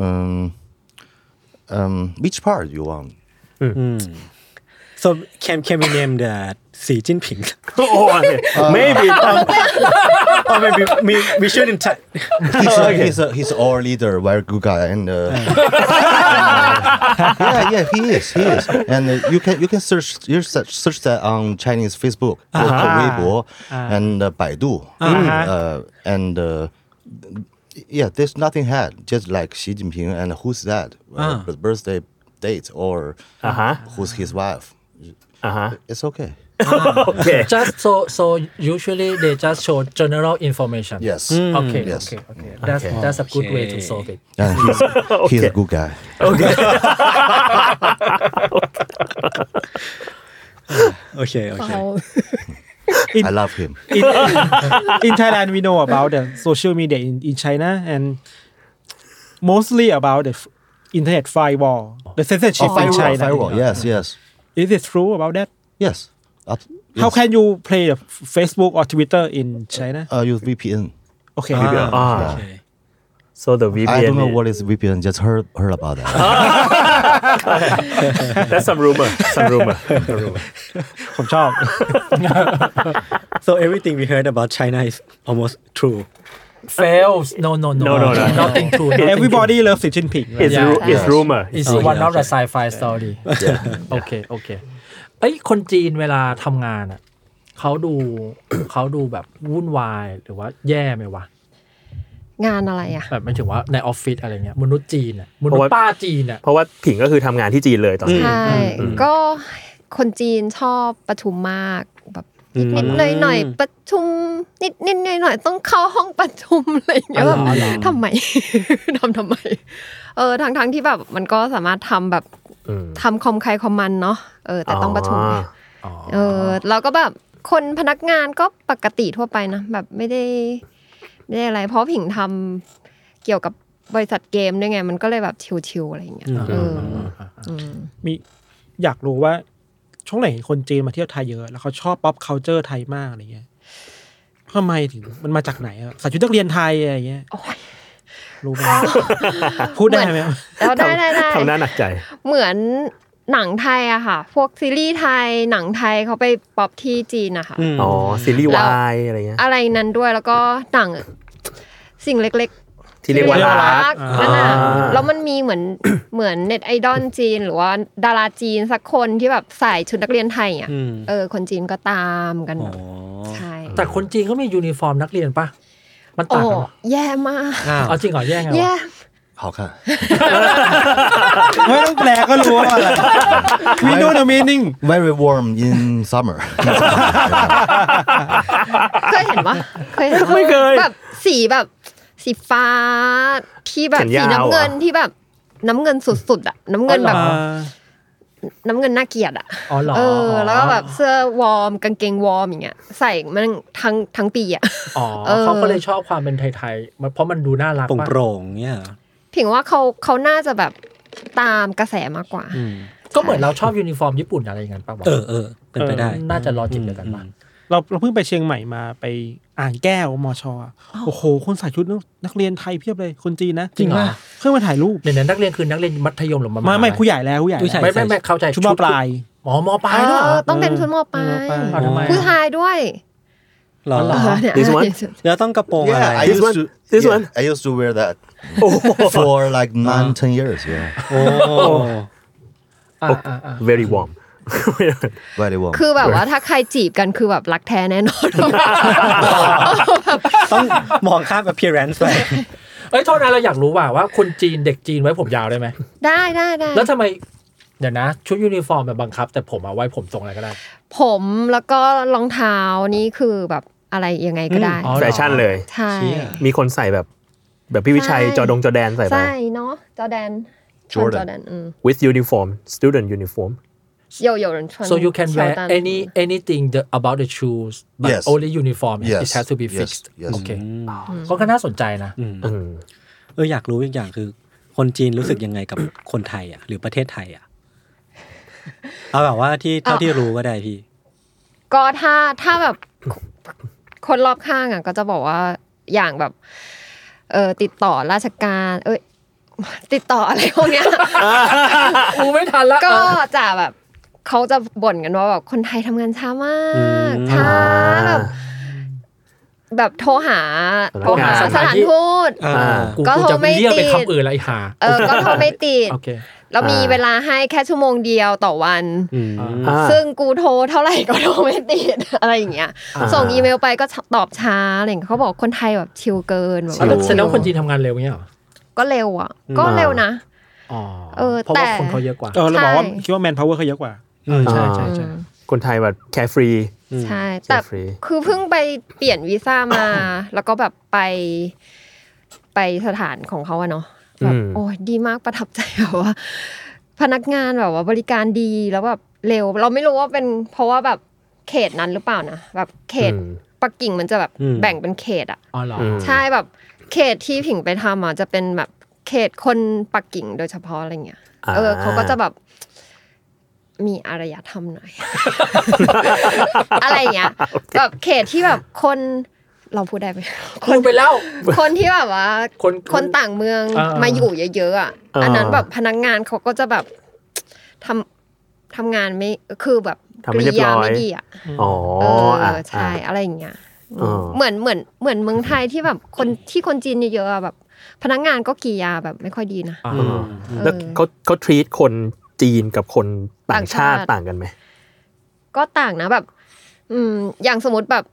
[SPEAKER 7] Um, um, which part you want?
[SPEAKER 3] so can can we name the Xi Jinping?
[SPEAKER 4] โอ้โห maybe
[SPEAKER 3] or maybe we, we shouldn't t-
[SPEAKER 7] He's,
[SPEAKER 4] Oh,
[SPEAKER 7] uh, he's, uh, he's our leader, very good guy, and uh, yeah, yeah, he is, he is. And uh, you can you can search you search, search that on Chinese Facebook, or
[SPEAKER 4] Uh-huh.
[SPEAKER 7] Weibo, and uh, Baidu, uh, and uh, yeah, there's nothing had just like Xi Jinping and who's that, uh, the birthday date or
[SPEAKER 4] Uh-huh.
[SPEAKER 7] who's his wife.
[SPEAKER 4] Uh-huh.
[SPEAKER 7] It's okay.
[SPEAKER 4] okay
[SPEAKER 5] just so so usually they just show general information
[SPEAKER 7] Yes.
[SPEAKER 5] okay
[SPEAKER 7] Yes.
[SPEAKER 5] okay okay that's that's a good way to solve it
[SPEAKER 7] And he's, he's a good guy.
[SPEAKER 3] okay, okay.
[SPEAKER 7] I love him.
[SPEAKER 8] in, in Thailand we know about the social media in, in China and mostly about the f- internet firewall the censorship in China
[SPEAKER 7] firewall. Yes, yes,
[SPEAKER 8] is it true about that
[SPEAKER 7] yes. Up-
[SPEAKER 8] how
[SPEAKER 7] yes.
[SPEAKER 8] can you play the f- Facebook or Twitter in China
[SPEAKER 7] uh, use VPN?
[SPEAKER 8] okay
[SPEAKER 4] ah so the VPN
[SPEAKER 7] I don't know what is VPN. Just heard heard about that.
[SPEAKER 4] that's some rumor some rumor
[SPEAKER 8] ผมชอบ
[SPEAKER 3] So everything we heard about China is almost true.
[SPEAKER 5] fails no no no
[SPEAKER 4] No, no, no.
[SPEAKER 5] nothing true nothing true.
[SPEAKER 8] everybody loves Xi Jinping right?
[SPEAKER 4] it's ru- it's rumor
[SPEAKER 5] It's one of the sci-fi story โอเค โอเค เอ้ย คนจีนเวลาทำงานอ่ะเขาดู เขาดูแบบวุ่นวายหรือว่าแย่ไหมวะ
[SPEAKER 6] งานอะไรอ่ะ
[SPEAKER 5] แบบไม่ถึงว่าในออฟฟิศอะไรเงี้ย มนุษย์จีนอ่ะ มนุษ
[SPEAKER 4] เพราะ
[SPEAKER 5] ย์
[SPEAKER 4] ว่า
[SPEAKER 5] ป้าจีนอ่ะ
[SPEAKER 4] เพราะว่าผิงก็คือทำงานที่จีนเลยตอนนี้
[SPEAKER 6] ใช่ ก็คนจีนชอบประชุมมากแบบนิดๆหน่อยหน่อยๆประชุมนิดนิดหน่อยหน่อยๆต้องเข้าห้องประชุมอะไรอย่างเงี้ยแบบทำไม ทำทำไม เออทั้งทั้งๆที่แบบมันก็สามารถทำแบบ
[SPEAKER 4] อืม
[SPEAKER 6] ทำคอมใครคอมมันเนาะเออแต่ต้องประชุม
[SPEAKER 4] อ๋อ
[SPEAKER 6] เออแล้วก็แบบคนพนักงานก็ปกติทั่วไปนะแบบไม่ได้ไม่ได้อะไร เพราะผิงทำเกี่ยวกับบริษัทเกมด้วยไง มันก็เลยแบบชิวๆอะไรอย่างเงี้ยเออ
[SPEAKER 8] มีอยากรู้ว่า ช่วงไหนเห็นคนจีนมาเที่ยวไทยเยอะ แล้วเขาชอบ pop culture ไทยมากอะไรเงี้ยทำไมถึงมันมาจากไหนอะใส่ชุดนักเรียนไทยอะไรเงี้ย
[SPEAKER 6] โอ้ย
[SPEAKER 8] รู้ไหมพูดได้ไหม
[SPEAKER 6] แล้วได้ได้ได้
[SPEAKER 4] ทำหน้าหนักใจ
[SPEAKER 6] เหมือนหนังไทยอะค่ะ พวกซีรีส์ไทยหนังไทยเขาไปป๊อปที่จีนอะค่ะ
[SPEAKER 4] อ๋อ ซีรีส์
[SPEAKER 6] แล้ว
[SPEAKER 4] าว ยอะไรเงี้ย
[SPEAKER 6] อะไรนั้นด้วยแล้วก็หนัง สิ่งเล็กๆ
[SPEAKER 4] ที่เรียกว่ารัก
[SPEAKER 6] กนั่นน่ะ
[SPEAKER 4] อ่า
[SPEAKER 6] แล้วมันมีเหมือน เหมือนเน็ตไอดอลจีน หรือว่าดาราจีนสักคนที่แบบใส่ชุดนักเรียนไทยอ่ะ
[SPEAKER 3] อืม
[SPEAKER 6] เออ คนจีนก็ตามกันแบบ
[SPEAKER 3] อ๋อ
[SPEAKER 6] ใช่
[SPEAKER 5] แต่คนจีนเขามียูนิฟอร์มนักเรียนปะมัน
[SPEAKER 6] โอ้
[SPEAKER 5] ต่างกันเหรอ
[SPEAKER 6] แย่มาก
[SPEAKER 5] เอาจริงเหรอแย่งไง
[SPEAKER 6] แย่
[SPEAKER 5] วะ
[SPEAKER 7] 好看
[SPEAKER 8] ไม่ต้องแปลก็รู้ว่าอะไร We know the meaning
[SPEAKER 7] very warm in summer
[SPEAKER 6] เคยเห็นปะเคยเห็นปะ
[SPEAKER 4] ไม่เคย
[SPEAKER 6] แบบสีแบบสีฟ้าที่แบบ
[SPEAKER 4] แขนยา
[SPEAKER 6] สี
[SPEAKER 4] ว
[SPEAKER 6] น้ำเงิน
[SPEAKER 4] เหรอ
[SPEAKER 6] ที่แบบน้ำเงินสุดๆอ่ะน้ำเงินแบบ
[SPEAKER 8] อ่า
[SPEAKER 6] น้ำเงินน่าเกลียดอ่ะ
[SPEAKER 5] อ๋อเหรอ
[SPEAKER 6] เออ แล้วก็แบบเสื้อวอร์มกางเกงวอร์มอย่างเงี้ยใส่มันทั้งทั้งปีอ่ะ
[SPEAKER 5] อ๋อ
[SPEAKER 6] เออ
[SPEAKER 5] เขาก็เลยชอบความเป็นไทยๆมันเพราะมันดูน่ารัก
[SPEAKER 3] โปร่ง
[SPEAKER 5] ปะ
[SPEAKER 3] โปร่งๆเนี่ยเหรอ
[SPEAKER 6] ผิงว่าเขาเขาน่าจะแบบตามกระแสมากกว่า
[SPEAKER 3] อืม
[SPEAKER 5] ก็เหมือนเราชอบยูนิฟอร์มญี่ปุ่นอะไรอย่างนั้นปะวะ
[SPEAKER 3] เออเออเป็นไปได้
[SPEAKER 5] น่าจะลอจิกเดียวกันปะ
[SPEAKER 8] เราเราเพิ่งไปเชียงใหม่มาไปอ่างแก้วมอชอะโอ้โห คนใส่ชุดนักเรียนไทยเพียบเลยคนจีนนะ
[SPEAKER 5] จริงเหรอ
[SPEAKER 8] เพิ่งมาถ่ายรูป
[SPEAKER 5] เดี๋ยวนั้นนักเรียนคือนักเรียนมัธยมหรือ
[SPEAKER 8] ไม่
[SPEAKER 5] า
[SPEAKER 8] ไม่
[SPEAKER 5] ลัย
[SPEAKER 8] ผู้ใหญ่แล้วผู้ใหญ่แล้ว
[SPEAKER 5] ไม่ไม่ไม่เข้าใจ
[SPEAKER 8] ชุดมปลาย
[SPEAKER 5] หมอมอปลายด้วยเหร
[SPEAKER 6] เอ
[SPEAKER 5] อ
[SPEAKER 6] อต้องเป็นชุดมอปลาย
[SPEAKER 8] เออมอปลาย
[SPEAKER 5] เอาทำไมอะ
[SPEAKER 6] ผู้ชายด้วย
[SPEAKER 3] เหรอ
[SPEAKER 5] อ๋อเหรอ
[SPEAKER 6] เออเนี่ย
[SPEAKER 4] This one?
[SPEAKER 3] แล้วต้องกระโปรงอะไร
[SPEAKER 7] I
[SPEAKER 4] This
[SPEAKER 7] used
[SPEAKER 4] one-
[SPEAKER 7] to
[SPEAKER 4] this
[SPEAKER 7] yeah,
[SPEAKER 4] one? Oh.
[SPEAKER 7] I used to wear that
[SPEAKER 4] โอ้โห
[SPEAKER 7] for like nine ten years yeah
[SPEAKER 3] โอ้
[SPEAKER 5] อ่ะอ่ะอ่ะ
[SPEAKER 4] very warm
[SPEAKER 7] very warm
[SPEAKER 6] คือแบบว่าถ้าใครจีบกันคือแบบรักแท้แน่นอน
[SPEAKER 3] ต้องมองข้าม appearance ไป
[SPEAKER 5] เอ้ยโทษนะเราอยากรู้ว่าว่าคนจีนเด็กจีนไว้ผมยาวได้ไหม
[SPEAKER 6] ได้ได้ได้
[SPEAKER 5] แล้วทำไม เดี๋ยวนะ ชุดยูนิฟอร์มแบบบังคับ แต่ผมเอาไว้ผมตรงอะไรก็ได้
[SPEAKER 6] ผมแล้วก็รองเท้านี่คือแบบอะไรยังไงก็ได้
[SPEAKER 5] อืมอ๋อ
[SPEAKER 4] แฟชั่นเลย
[SPEAKER 6] ใช่
[SPEAKER 3] เชี่ย
[SPEAKER 4] มีคนใส่แบบ แบบพี่วิชัยจอดงจอแดนใส่ไป
[SPEAKER 6] ใช่เนาะจอแดน
[SPEAKER 7] Jordan
[SPEAKER 6] จอแดนอืม
[SPEAKER 4] with uniform student uniform
[SPEAKER 6] 有有人穿
[SPEAKER 5] so you can wear
[SPEAKER 6] 乔丹
[SPEAKER 5] any anything the, about the shoes but
[SPEAKER 7] Yes.
[SPEAKER 5] only uniform it
[SPEAKER 7] Yes.
[SPEAKER 5] has to be
[SPEAKER 7] Yes.
[SPEAKER 5] fixed
[SPEAKER 7] Yes.
[SPEAKER 5] โอเคก็ก็น่าสนใจนะ
[SPEAKER 4] อืม
[SPEAKER 3] เอออยากรู้อีกอย่างคือ คนจีนรู้สึกยังไงกับคนไทยอ่ะ หรือประเทศไทยอ่ะ เอาแบบว่าที่เท่าที่รู้ก็ได้พี่
[SPEAKER 6] ก็ถ้าถ้าแบบ คนรอบข้างอ่ะก็จะบอกว่าอย่างแบบ เออติดต่อราชการ เอ้ย ติดต่ออะไรพวกเนี้ย
[SPEAKER 5] อูไม่ทันละ
[SPEAKER 6] ก็จะแบบเขาจะบ่นกันว่าแบบคนไทยทำงานช้ามาก
[SPEAKER 3] อืม
[SPEAKER 6] ช้าแบบแบบโทรหาโทรหาสถานทูต
[SPEAKER 3] อ่า
[SPEAKER 5] กู
[SPEAKER 6] ก็
[SPEAKER 5] กูจะ
[SPEAKER 6] ไม่
[SPEAKER 5] เรียก
[SPEAKER 6] ติ
[SPEAKER 5] เป็น
[SPEAKER 6] ด
[SPEAKER 5] คำอื่นละไอ้ห่า
[SPEAKER 6] เออก็โทรไม่ติด
[SPEAKER 5] โอเค
[SPEAKER 6] แล้วมีเวลาให้แค่ชั่วโมงเดียวต่อวัน
[SPEAKER 3] อืม
[SPEAKER 4] อ่า
[SPEAKER 6] ซึ่งกูโทรเท่าไหร่ก็โทรไม่ติด อะไรอย่างเงี้ย
[SPEAKER 4] อ่า
[SPEAKER 6] ส่งอีเมลไปก็ตอบช้าอะไรอย่างเงี้ยเขาบอกคนไทยแบบชิลเกินแบบ
[SPEAKER 5] แล้ว
[SPEAKER 6] ว่า
[SPEAKER 5] แสดงว่าคนจีนทำงานเร็วอย่างเงี้ยเหรอ
[SPEAKER 6] ก็เร็วอ่ะ ก็เร็วนะ
[SPEAKER 5] อ๋อ
[SPEAKER 6] เออ
[SPEAKER 5] เพราะว่า
[SPEAKER 6] แต่
[SPEAKER 5] คนเขาเยอะกว่า
[SPEAKER 8] เออเราบอกว่า
[SPEAKER 6] ใช่
[SPEAKER 8] คิดว่าแมนพาวเวอร์เขาเยอะกว่า
[SPEAKER 3] อืม
[SPEAKER 5] ใช่ใช่ใช่
[SPEAKER 4] คนไทยแบบแคฟรี
[SPEAKER 6] ใช่ แต่
[SPEAKER 4] ฟรี
[SPEAKER 6] คือเพิ่งไปเปลี่ยนวีซ่ามา แล้วก็แบบไป ไปสถานของเขาอะเนาะแบบโอ้ยดีมากประทับใจแบบว่า พนักงานแบบว่าบริการดีแล้วแบบเร็ว เราไม่รู้ว่าเป็นเพราะว่าแบบเขตนั้นหรือเปล่านะแบบเขต
[SPEAKER 4] อืม
[SPEAKER 6] ปักกิ่งมันจะแบบแบ่งเป็นเขตอะ
[SPEAKER 5] อ๋อเหรอ
[SPEAKER 6] ใช่แบบเขตที่ผิงไปทำอ่ะจะเป็นแบบเขตคนปักกิ่งโดยเฉพาะอะไรเงี้ย
[SPEAKER 4] อ่า
[SPEAKER 6] เออเขาก็จะแบบมีอารยธรรม หน่อย อะไรเงี้ยแบบเขตที่แบบคนเราพูด ได้ไหมค
[SPEAKER 5] คุณ
[SPEAKER 6] น
[SPEAKER 5] ไปแล้ว
[SPEAKER 6] คนที่แบบว่า
[SPEAKER 5] คน
[SPEAKER 6] คนต่างเมือง
[SPEAKER 5] อ่าม
[SPEAKER 6] มาอยู่เยอะๆอ่ะ
[SPEAKER 4] อ่า
[SPEAKER 6] อันนั้นแบบพนักงานเขาก็จะแบบทำทำงานไม่คือแบบ
[SPEAKER 4] ทำไม่เรียบร้อย
[SPEAKER 6] ไม่ดีอ่ะ
[SPEAKER 4] อ๋อ
[SPEAKER 6] เอ
[SPEAKER 4] อ่ะ
[SPEAKER 6] อใช่
[SPEAKER 4] อ่ะ
[SPEAKER 6] อะไรอย่างเงี้ย
[SPEAKER 4] อ๋อ
[SPEAKER 6] เหมือนเหมือนเหมือนเมืองไทยที่แบบคนที่คนจีนเยอะๆอะแบบ พนักงานก็กียาแบบไม่ค่อยดีนะ
[SPEAKER 5] อ่า
[SPEAKER 4] แล้วเขาเขา treat คนจีนกับคนต่างชาติ
[SPEAKER 6] ต่างชาติ
[SPEAKER 4] ต่างกันไหม
[SPEAKER 6] ก็ต่างนะแบบ อืม อย่างสมมติแบบ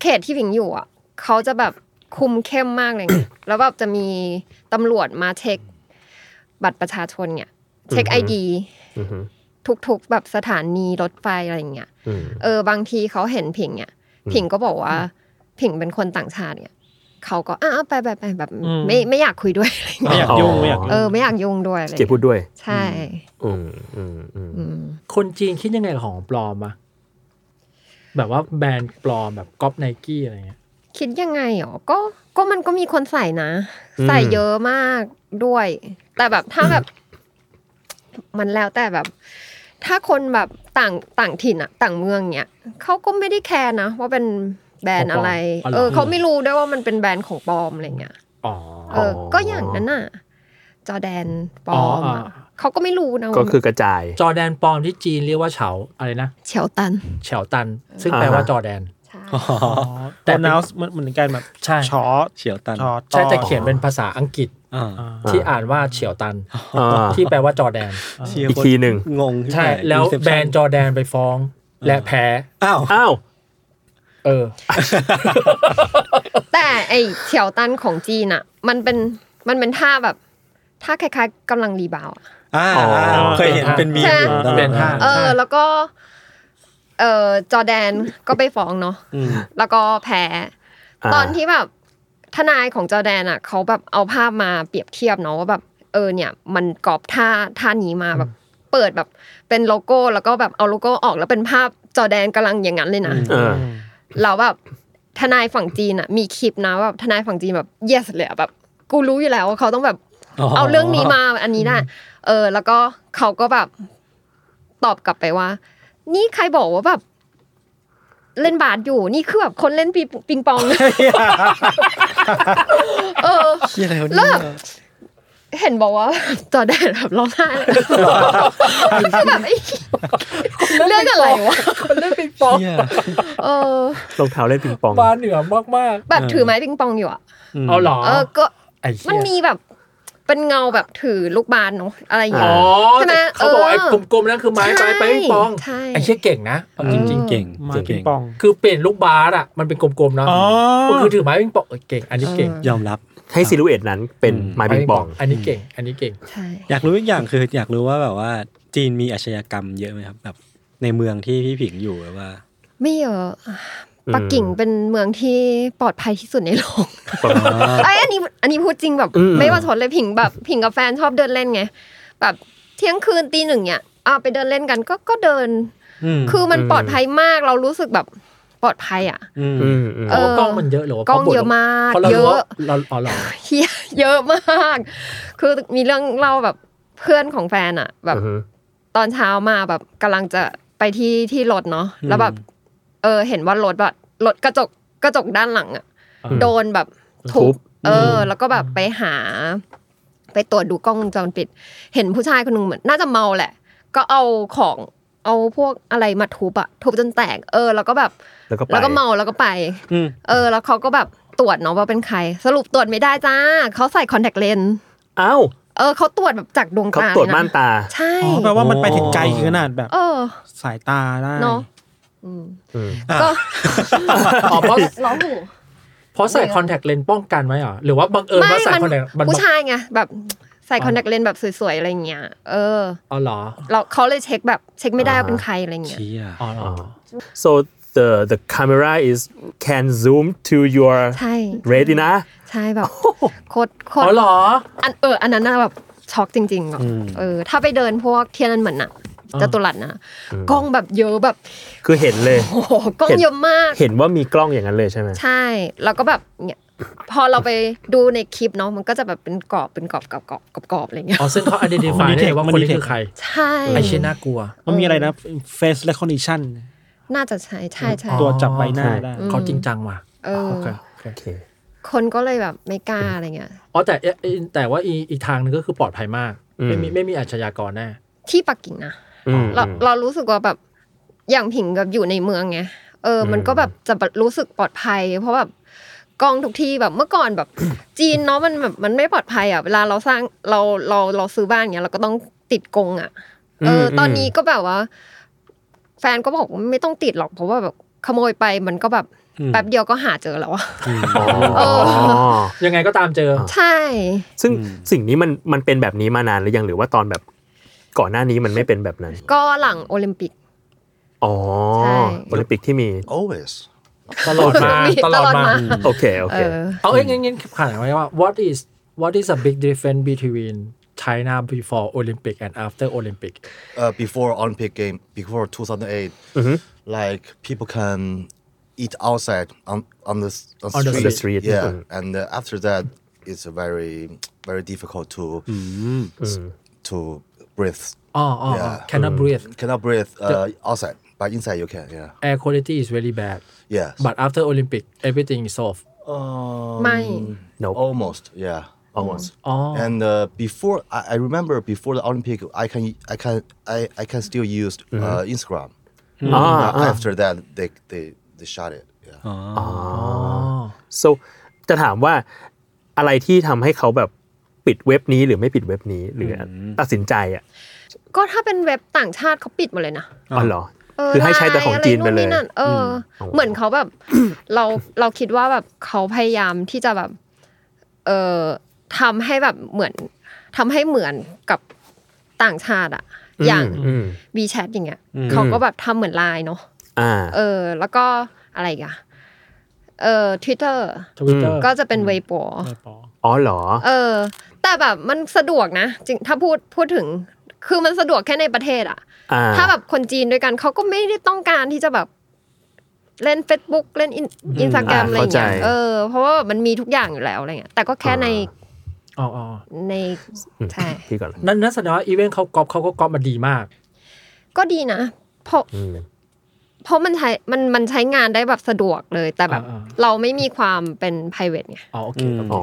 [SPEAKER 6] เขตที่ผิงอยู่อ่ะเขาจะแบบคุมเข้มมากเลยไง แล้วแบบจะ มีตำรวจมาเช็ค บัตรประชาชนเนี่ย เช็คไอดี
[SPEAKER 4] อือฮึ
[SPEAKER 6] ทุกๆแบบสถานีรถไฟอะไรอย่างเงี้ย
[SPEAKER 4] อืม
[SPEAKER 6] เออบางทีเขาเห็นผิงเนี่ย ผิงก็บอกว่า ผิงเป็นคนต่างชาติเนี่ยเขาก็อ้าวไปไปไปแบบ
[SPEAKER 8] อืม
[SPEAKER 6] ไม่ไม่อยากคุยด้วย อะไร
[SPEAKER 8] ไม่
[SPEAKER 6] เงี้ย
[SPEAKER 8] อยากยุ่งไม่อยาก
[SPEAKER 6] เอ
[SPEAKER 8] ยุ่ง
[SPEAKER 6] อไม่อยากยุ่งด้วยอะไร
[SPEAKER 4] เก็บพูดด้วย
[SPEAKER 6] ใช่
[SPEAKER 4] อืมอืมอืม
[SPEAKER 6] อืม
[SPEAKER 5] คนจีนคิดยังไงกับของปลอมอะแบบว่าแบรนด์ปลอมแบบก๊อปไนกี้อะไรเงี้ย
[SPEAKER 6] คิดยังไงหรอก็ก็มันก็มีคนใส่นะ ใส่เยอะมากด้วย แต่แบบถ้าแบบ มันแล้วแต่แบบ ถ้าคนแบบต่างต่างถิ่นอะต่างเมืองเนี่ยเขาก็ไม่ได้แคร์นะว่าเป็นแบรนด์อะไร
[SPEAKER 5] ของปลอมอ๋อเหรอ
[SPEAKER 6] เออเขาไม่รู้ด้วยว่ามันเป็นแบรนด์ของปลอมอะไรเงี้ย
[SPEAKER 5] อ๋อ
[SPEAKER 6] เออ ก็อย่างนั้นน่ะ จอแดนปลอม
[SPEAKER 5] อ๋อ
[SPEAKER 6] อะ
[SPEAKER 5] อ่า
[SPEAKER 6] เขาก็ไม่รู้นะ
[SPEAKER 4] ก็
[SPEAKER 6] ว่า
[SPEAKER 4] คือกระจาย
[SPEAKER 5] จอร์แดนปลอมที่จีนเรียกว่าเฉาอะไรนะ
[SPEAKER 6] เฉียวตัน
[SPEAKER 5] เฉาตัน ซึ่งแปลว่าจอร์แดน
[SPEAKER 6] ใช่
[SPEAKER 8] แต่ announce มันมันเหมือนกันแบบ
[SPEAKER 5] ใช่
[SPEAKER 8] ชอต
[SPEAKER 3] เฉียวตัน
[SPEAKER 8] ชอต
[SPEAKER 5] ใช่แต่เขียนเป็นภาษาอังกฤษ
[SPEAKER 3] อ่า
[SPEAKER 5] ที่อ่านว่าเฉียวตัน
[SPEAKER 4] อ่า
[SPEAKER 5] ที่แปลว่าจอร์แดน
[SPEAKER 3] เชียร์
[SPEAKER 4] อีกทีหนึ่ง
[SPEAKER 3] งง
[SPEAKER 5] ใช่ แล้วแบรนด์จอร์แดนไปฟ้อง และแพ้
[SPEAKER 3] อ้าว
[SPEAKER 4] อ้าว
[SPEAKER 5] เออ
[SPEAKER 6] แต่ไอเฉียวตันของจีนอ่ะ มันเป็นมันเป็นท่าแบบท่าคล้ายๆกำลังรีบาวด์อะ
[SPEAKER 3] อ่า
[SPEAKER 4] อ๋อ
[SPEAKER 3] เคยเห็นเป็นมีม
[SPEAKER 6] ใช่
[SPEAKER 3] อยู่ตลอด
[SPEAKER 5] เป็นท่า
[SPEAKER 6] เออ
[SPEAKER 5] ใช่
[SPEAKER 6] แล้วก็เออจอร์แดนก็ไปฟ้องเนาะ
[SPEAKER 3] ม
[SPEAKER 6] แล้วก็แพ้
[SPEAKER 4] อ่า
[SPEAKER 6] ตอนที่แบบทนายของจอร์แดนอ่ะเขาแบบเอาภาพมาเปรียบเทียบเนาะว่าแบบเออเนี่ย มันกรอบท่าท่านี้มาแบบเปิดแบบเป็นโลโก้แล้วก็แบบเอาโลโก้ออกแล้วเป็นภาพจอร์แดนกำลังอย่างนั้นเลยนะ
[SPEAKER 4] เออ
[SPEAKER 6] เราแบบทนายฝั่งจีนอ่ะมีคลิปนะว่าแบบทนายฝั่งจีนแบบ yes เลยอะแบบกูรู้อยู่แล้วว่าเขาต้องแบบ เอาเรื่องนี้มาอันนี้นะเออ แล้วก็เขาก็แบบตอบกลับไปว่า นี่ใครบอกว่าแบบ เล่นบาสอยู่ นี่คือแบบคนเล่นปิปิงป อง เออ
[SPEAKER 3] เชี่ยอะไรวะ
[SPEAKER 6] แล้
[SPEAKER 3] เนี่
[SPEAKER 6] วย แบบเห็นบอกว่าจอร์แดนแบบร้องไห้ เลยแบบไอ้เรื่องอะไรวะ
[SPEAKER 5] คนเล่นปิงปอง
[SPEAKER 3] เชี่ย
[SPEAKER 6] เออ
[SPEAKER 4] รองเท้าเล่นปิงปอง
[SPEAKER 5] บานเหนือมาก
[SPEAKER 6] แบบถือไม้ปิงปองอยู่อ่ะ
[SPEAKER 3] ม
[SPEAKER 5] ๆ เอาเหรอ
[SPEAKER 6] เออ ก็
[SPEAKER 5] ไอ้
[SPEAKER 6] มัน
[SPEAKER 5] เหี้ย
[SPEAKER 6] มีแบบ เป็นเงาแบบถือลูกบาสเนาะอะไรอย่างเงี้
[SPEAKER 5] อ๋
[SPEAKER 6] ย
[SPEAKER 5] อ
[SPEAKER 6] ใช่ไหม
[SPEAKER 5] เขาบอกว่าไอ้
[SPEAKER 6] เออ
[SPEAKER 5] กลมๆนั่นคือไม้ไม้ไม้ปิงปอง
[SPEAKER 6] ใช่
[SPEAKER 5] ไอ้เชี่ยเก่งนะเอาจริงๆ
[SPEAKER 3] เก่ง
[SPEAKER 8] มา
[SPEAKER 3] เก่
[SPEAKER 8] ปิ
[SPEAKER 3] ง
[SPEAKER 8] งปอง
[SPEAKER 5] คือเปลี่ยนลูกบาสอ่ะมันเป็นกลมๆเนาะ
[SPEAKER 8] อ๋อ
[SPEAKER 5] ก็คือถือไม้ปิงปองเออเก่ง อันนี้เก่ง
[SPEAKER 3] ยอมรับ
[SPEAKER 4] ให้ซิลูเอตนั้นเป็นไม้ปิงปอง
[SPEAKER 5] อันนี้เก่ง อันนี้เก่ง
[SPEAKER 6] ใช่
[SPEAKER 3] อยากรู้อีกอย่างคืออยากรู้ว่าแบบว่าจีนมีอาชญากรรมเยอะไหมครับ แบบในเมืองที่พี่ผิงอยู่แบบว่า
[SPEAKER 6] ไม่เยอะปักกิ่งเป็นเมืองที่ปลอดภัยที่สุดในโลก ไอยอันนี้อันนี้พูดจริงแบบ
[SPEAKER 4] อืม
[SPEAKER 6] ไม่ว่าทนเลยผิงแบบผิงกับแฟนชอบเดินเล่นไงแบบเที่ยงคืนตีหนึ่งเนี่ยอ่ะไปเดินเล่นกันก็ก็เดิน
[SPEAKER 3] อืม
[SPEAKER 6] คือมันปลอดภัยมากเรารู้สึกแบบปลอดภัยอ่ะ
[SPEAKER 3] อืม
[SPEAKER 4] อืมอืม
[SPEAKER 6] เอ
[SPEAKER 5] กล้องมันเยอะหรือว่าก
[SPEAKER 6] ล้องเยอะมาก
[SPEAKER 5] เพราะเรา
[SPEAKER 6] เย
[SPEAKER 5] รู้
[SPEAKER 6] อะ
[SPEAKER 5] ว่าเราอ๋อเหรอ
[SPEAKER 6] เหี้ย เยอะมาก คือมีเรื่องเล่าแบบเพื่อนของแฟนอ่ะ แบบ
[SPEAKER 4] อือฮึ
[SPEAKER 6] ตอนเช้ามาแบบกำลังจะไปที่ที่รถเนาะแล้วแบบ เออ เห็นว่ารถแบบรถกระจกกระจกด้านหลังอะโดนแบบทุ
[SPEAKER 4] ทุ
[SPEAKER 6] บบ เออ แล้วก็แบบไปหา ไปตรวจดูกล้องวงจรปิด เห็นผู้ชายคนหนึ่งเหมือนน่าจะเมาแหละ ก็เอาของเอาพวกอะไรมาทุบอะทุบจนแตก เออ แล้วก็แบบ
[SPEAKER 4] แล้วก็ไป
[SPEAKER 6] แล้วก็เมาแล้วก็ไป
[SPEAKER 3] อืม
[SPEAKER 6] เออ แล้วเขาก็แบบตรวจเนาะว่าเป็นใคร สรุปตรวจไม่ได้จ้าเขาใส่คอนแทคเลนส์
[SPEAKER 4] อ้าว
[SPEAKER 6] เออเขาตรวจแบบจากดวง
[SPEAKER 4] เขา
[SPEAKER 6] ตา
[SPEAKER 4] ตรวจม่าน
[SPEAKER 6] เลยนะ
[SPEAKER 4] ตา
[SPEAKER 6] ใช่
[SPEAKER 8] อ๋อแปลว่ามันไปถึงไกลถึงขนาดแบบ
[SPEAKER 6] เออ
[SPEAKER 8] สายตาได้
[SPEAKER 6] เนาะอืม
[SPEAKER 4] อืม
[SPEAKER 6] ก็
[SPEAKER 5] อ๋อเพราะ
[SPEAKER 6] ร้องหู
[SPEAKER 5] เพราะใส่คอนแทคเลนส์ป้องกันไว้เหรอหรือว่าบังเอิญว่าใส่คอนแทคมัน
[SPEAKER 6] ผู้ชายไงแบบใส่คอนแทคเลนส์แบบสวยๆอะไรเงี้ยเออ
[SPEAKER 5] อ๋อเหรอ
[SPEAKER 6] เราเขาเลยเช็คแบบเช็คไม่ได้ว่า
[SPEAKER 4] อ่า
[SPEAKER 6] เป็นใครอะไรเงี้ย
[SPEAKER 3] เชี่ย
[SPEAKER 5] อ๋อเหรอ
[SPEAKER 4] so the the camera is can zoom to your
[SPEAKER 6] ใช่
[SPEAKER 4] retina
[SPEAKER 6] ใช่แบบโคตรโค
[SPEAKER 5] อ๋
[SPEAKER 6] ต
[SPEAKER 5] อ
[SPEAKER 6] ร
[SPEAKER 5] เหรอ
[SPEAKER 6] อันเอออันนั้นน่ะแบบช็อกจริงๆอะเออ ถ้าไปเดินพวกเทียนนันเหมือนอะจตุรัสนะกล้องแบบเยอะแบบ
[SPEAKER 4] คือเห็นเลย
[SPEAKER 6] โอ้โหกล้อง
[SPEAKER 4] เห็น
[SPEAKER 6] เยอะมาก
[SPEAKER 4] เห็นว่ามีกล้องอย่างนั้นเลยใช่ไหม
[SPEAKER 6] ใช่แล้วก็แบบเนี่ยพอเราไปดูในคลิปเนาะมันก็จะแบบเป็นกรอบเป็นกรอบกรอบกรอบกรอบกรอบอะไรเงี้ย
[SPEAKER 5] อ๋อซึ่งเขา identify ได้ว่าคนนี้คือใคร
[SPEAKER 6] ใช่
[SPEAKER 5] ไอเชยน่ากลัว
[SPEAKER 8] มันมีอะไรนะ face recognition
[SPEAKER 6] น่าจะใช่ใช่ใช่
[SPEAKER 8] ตัวจับใบหน้าได้
[SPEAKER 5] เขาจริงจังว่ะ
[SPEAKER 6] เออ
[SPEAKER 5] โอเคโอเค
[SPEAKER 4] โอเค
[SPEAKER 6] คนก็เลยแบบไม่กล้าอะไรเงี้ย
[SPEAKER 5] อ๋อแต่เอ๊ะแต่ว่าอีอีกทางหนึงก็คือปลอดภัยมาก
[SPEAKER 4] อืม
[SPEAKER 5] ไม่มีไม่มีอาชญากรแน่
[SPEAKER 6] ที่ปักกิ่งนะ
[SPEAKER 4] อืม
[SPEAKER 6] เราเรารู้สึกว่าแบบอย่างผิงกับอยู่ในเมืองไงเออ มันก็แบบจะแบบรู้สึกปลอดภัย เพราะแบบกล้องทุกที่แบบเมื่อก่อนแบบ จีนเนาะมันแบบมันไม่ปลอดภัยอ่ะเวลาเราสร้างเราเราเราซื้อบ้านเงี้ยเราก็ต้องติดกรงอ่ะเอออ
[SPEAKER 4] ม
[SPEAKER 6] ตอนนี้ก็แบบว่า แฟนก็บอกว่าไม่ต้องติดหรอกเพราะว่าแบบขโมยไปมันก็แบบแป๊บเดียวก็หาเจอแล้วอะ
[SPEAKER 4] อ๋ออ๋อ
[SPEAKER 5] ยังไงก็ตามเจอ
[SPEAKER 6] ใช่
[SPEAKER 4] ซึ่งสิ่งนี้มันมันเป็นแบบนี้มานานหรือยังหรือว่าตอนแบบก่อนหน้านี้มันไม่เป็นแบบนั้น
[SPEAKER 6] ก็หลังโอลิมปิก
[SPEAKER 4] อ๋อ
[SPEAKER 6] ใช่
[SPEAKER 4] โอลิมปิกที่มี
[SPEAKER 7] Always.
[SPEAKER 5] ตลอดมา ตลอดมา
[SPEAKER 4] โอเคโอ
[SPEAKER 6] เอ
[SPEAKER 4] เค
[SPEAKER 6] อ
[SPEAKER 5] เอาเอ้ยงั้นงั้นผ่านไว้ว่า what is what is a big difference between China before Olympic and after Olympic
[SPEAKER 7] Uh, before Olympic game, before 2008, like people can eat outside on on the s- on,
[SPEAKER 5] On the
[SPEAKER 7] street.
[SPEAKER 4] street.
[SPEAKER 7] Yeah,
[SPEAKER 4] Mhm.
[SPEAKER 7] and uh, after that, it's very very difficult to s- to breathe.
[SPEAKER 5] อ๋ออ๋อ
[SPEAKER 7] Yeah.
[SPEAKER 5] cannot breathe
[SPEAKER 7] Cannot breathe uh, outside, but inside you can. Yeah.
[SPEAKER 5] air quality is very bad
[SPEAKER 7] Yes.
[SPEAKER 5] but after Olympic everything is solved
[SPEAKER 7] um,
[SPEAKER 6] ไม่
[SPEAKER 4] Nope.
[SPEAKER 7] Almost. Yeah. Almost.
[SPEAKER 5] อ๋อ
[SPEAKER 7] And uh, before I, I remember before the Olympic, I can I can I, I can still use uh, Instagram.
[SPEAKER 4] อ่า
[SPEAKER 7] Uh,
[SPEAKER 4] อ่า
[SPEAKER 7] after that, they they they shut it.
[SPEAKER 3] อ๋อ
[SPEAKER 4] so จะถามว่าอะไรที่ทำให้เขาแบบปิดเว็บนี้หรือไม่ปิดเว็บนี้ หรืออตัดสินใจอ่ะ
[SPEAKER 6] ก็ถ้าเป็นเว็บต่างชาติเขาปิดหมดเลยนะ
[SPEAKER 4] อ๋อเหรอ
[SPEAKER 6] เออ
[SPEAKER 4] คือให้ใช้แต่ของจีนไปเลย
[SPEAKER 6] อะรนู่นนี่นั่นเอออ
[SPEAKER 4] ม
[SPEAKER 6] เหมือนเขาแบบ เราเราคิดว่าแบบเขาพยายามที่จะแบบ เออทำให้แบบเหมือนทำให้เหมือนกับต่างชาติอะอย่าง
[SPEAKER 4] อืม
[SPEAKER 6] วีแชทอย่างเงี้ย
[SPEAKER 3] อืม
[SPEAKER 6] เขาก็แบบทำเหมือนไลน์เนาะ
[SPEAKER 4] อ่า
[SPEAKER 6] เออ แล้วก็อะไรอีกอะเออทวิตเตอร์
[SPEAKER 5] ทวิตเตอร์
[SPEAKER 6] ก็จะเป็นเวโป
[SPEAKER 8] ไม่ปอ
[SPEAKER 4] อ๋อเหรอ
[SPEAKER 6] เออ แต่แบบมันสะดวกนะจริงถ้าพูดพูดถึง คือมันสะดวกแค่ในประเทศอะ
[SPEAKER 4] อ่า
[SPEAKER 6] ถ้าแบบคนจีนด้วยกันเขาก็ไม่ได้ต้องการที่จะแบบเล่น Facebook เล่นอินสตาแกรม
[SPEAKER 4] อ่า
[SPEAKER 6] อะไรอย่างเงี้
[SPEAKER 4] เข้า
[SPEAKER 6] ย
[SPEAKER 4] ใจ
[SPEAKER 6] เออเพราะว่ามันมีทุกอย่างอยู่แล้วอะไรเงี้ยแต่ก็แค่ใน
[SPEAKER 4] อ่
[SPEAKER 5] อ๋ออ๋อ
[SPEAKER 6] ใน
[SPEAKER 4] อืม
[SPEAKER 6] ใช่
[SPEAKER 4] พี่ก่อน
[SPEAKER 5] นั่นนั่นแสดงว่าอีเวนต์เขาก๊อปเขาก็ก๊อปมาดีมาก
[SPEAKER 6] ก็ดีนะ เพราะ
[SPEAKER 4] อืม
[SPEAKER 6] เพราะมันใช้มันมันใช้งานได้แบบสะดวกเลย แต่แบบ
[SPEAKER 5] อ่า
[SPEAKER 6] เราไม่มีความเป็น p r i v a t e ไง
[SPEAKER 5] อ๋อโอเค
[SPEAKER 3] อืม
[SPEAKER 4] อ๋อ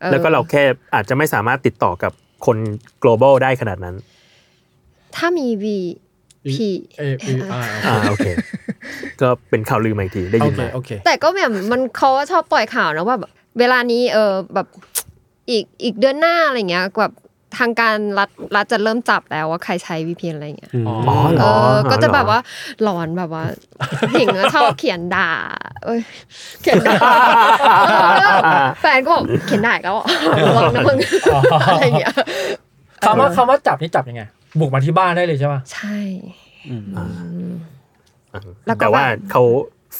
[SPEAKER 6] เออ
[SPEAKER 4] แล้วก็เราแค่อาจจะไม่สามารถติดต่อกับคน global ได้ขนาดนั้น
[SPEAKER 6] ถ้ามี V P
[SPEAKER 5] เออเอออ่า
[SPEAKER 4] อ่า โอเค ก็เป็นข่าวลือมาอีกที ได้
[SPEAKER 5] โอ
[SPEAKER 4] ยิน
[SPEAKER 5] เค
[SPEAKER 4] มา
[SPEAKER 5] โอเค
[SPEAKER 6] แต่ก็แบบมันเขาก็ชอบปล่อยข่าวนะว่าแบบเวลานี้เออแบบ อีกอีกเดือนหน้าอะไรเงี้ยแบบทางการรัฐรัฐจะเริ่มจับแล้วว่าใครใช้ VPN อะไรเงี้ย
[SPEAKER 3] อ๋อ
[SPEAKER 4] อ๋อเหร
[SPEAKER 6] เอ
[SPEAKER 4] อ
[SPEAKER 6] อ ก็จะ
[SPEAKER 4] เหรอ
[SPEAKER 6] แบบว่าหลอนแบบว่า หญิงอะชอบเขียนด่า เอ้ย เขียนด่าแฟนก็บอกเขียนด่าอีก็ระวังนะมึง
[SPEAKER 5] อ๋อ
[SPEAKER 6] อะไรอย่างเงี้ย
[SPEAKER 5] คำว่าคำว่าจับนี่จับยังไง บุกมาที่บ้านได้เลยใช่ป่ะ
[SPEAKER 6] ใช่ แล้วก็
[SPEAKER 4] แต่ว่าเขา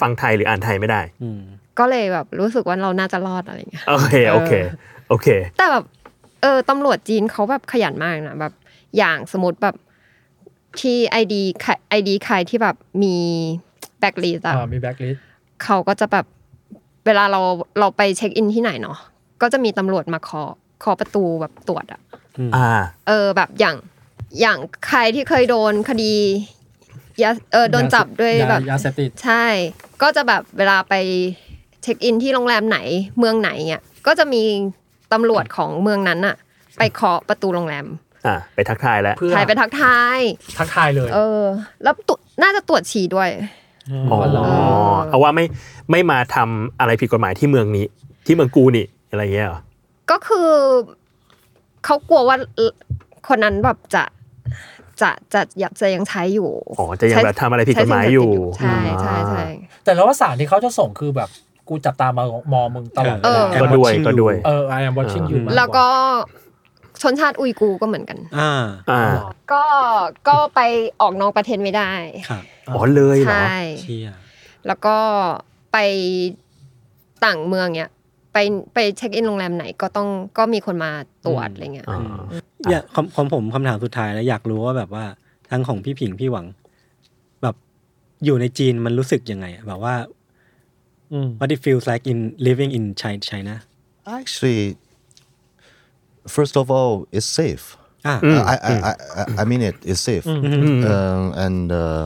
[SPEAKER 4] ฟังไทยหรืออ่านไทยไม่ได้
[SPEAKER 6] ก็เลยแบบรู้สึกว่าเราน่าจะรอดอะไรเงี้ย
[SPEAKER 4] โอเค โอเค โอเค
[SPEAKER 6] แต่แบบเออตำรวจจีนเขาแบบขยันมากนะแบบอย่างสมมติแบบที่ไอดีไอดีใครที่แบบมีแบ็กลีสอะ
[SPEAKER 5] อ่ามีแบ็คลิส
[SPEAKER 6] เขาก็จะแบบเวลาเราเราไปเช็คอินที่ไหนเนาะก็จะมีตำรวจมาเคาะเคาะประตูแบบตรวจอะ
[SPEAKER 4] อ่า
[SPEAKER 6] เออแบบอย่างอย่างใครที่เคยโดนคดียาเออโดนจับด้วยแบบ
[SPEAKER 5] ยาเสพติด
[SPEAKER 6] ใช่ ก็จะแบบเวลาไปเช็คอินที่โรงแรมไหนเมืองไหนเงี้ยก็จะมีตำรวจของเมืองนั้นอะไปเคาะประตูโรงแรม
[SPEAKER 4] อ่า ไปทักทายแล้ว
[SPEAKER 5] เพื่อ
[SPEAKER 6] ถ่ายไปทักทาย
[SPEAKER 5] ทักทายเลย
[SPEAKER 6] เออ แล้วตุน่าจะตรวจฉี่ด้วย
[SPEAKER 4] อ๋อ เอาว่าไม่ไม่มาทำอะไรผิดกฎหมายที่เมืองนี้ ที่เมืองกูนี่ อะไรเงี้ยเหรอ
[SPEAKER 6] ก็คือเขากลัวว่าเอ่อคนนั้นแบบจะจะจะอยากจะยังใช้อยู่
[SPEAKER 4] อ๋อจะยัง
[SPEAKER 6] ใช้
[SPEAKER 4] แบบทำอะไรผิดกฎหมายอยู่
[SPEAKER 6] ใช้สิ่งเสพติดอยู่ใช่ใช่ใช่
[SPEAKER 5] แต่แล้วว่าสารที่เขาจะส่งคือแบบกูจับตามามองมึงตลอด
[SPEAKER 6] เออ
[SPEAKER 4] ก็ด้วยก็ด้วย
[SPEAKER 5] เออ I am watching you
[SPEAKER 3] อ่า
[SPEAKER 6] แล้วก็ชนชาติอุยกูก็เหมือนกัน
[SPEAKER 3] อ่า
[SPEAKER 4] อ่า
[SPEAKER 6] ก็ก็ไปออกนอกประเทศไม่ได้
[SPEAKER 3] ครับ
[SPEAKER 4] อ๋อ เลยเหรอ
[SPEAKER 6] ใช่
[SPEAKER 3] เชี่ย
[SPEAKER 6] แล้วก็ไปต่างเมืองเนี้ยไปไปเช็คอินโรงแรมไหนก็ต้องก็มีคนมาตรวจอะไรเงี้ย
[SPEAKER 4] อ่า
[SPEAKER 3] อยากของของผมคำถามสุดท้ายแล้วอยากรู้ว่าแบบว่าทั้งของพี่ผิงพี่หวัง แบบอยู่ในจีนมันรู้สึกยังไงอะแบบว่า
[SPEAKER 8] อืม
[SPEAKER 3] what it feels like in living in Chi- China
[SPEAKER 7] Actually, first of all, it's safe.
[SPEAKER 3] อ่า
[SPEAKER 7] I, I, I, I, I mean it. It's safe um, and uh,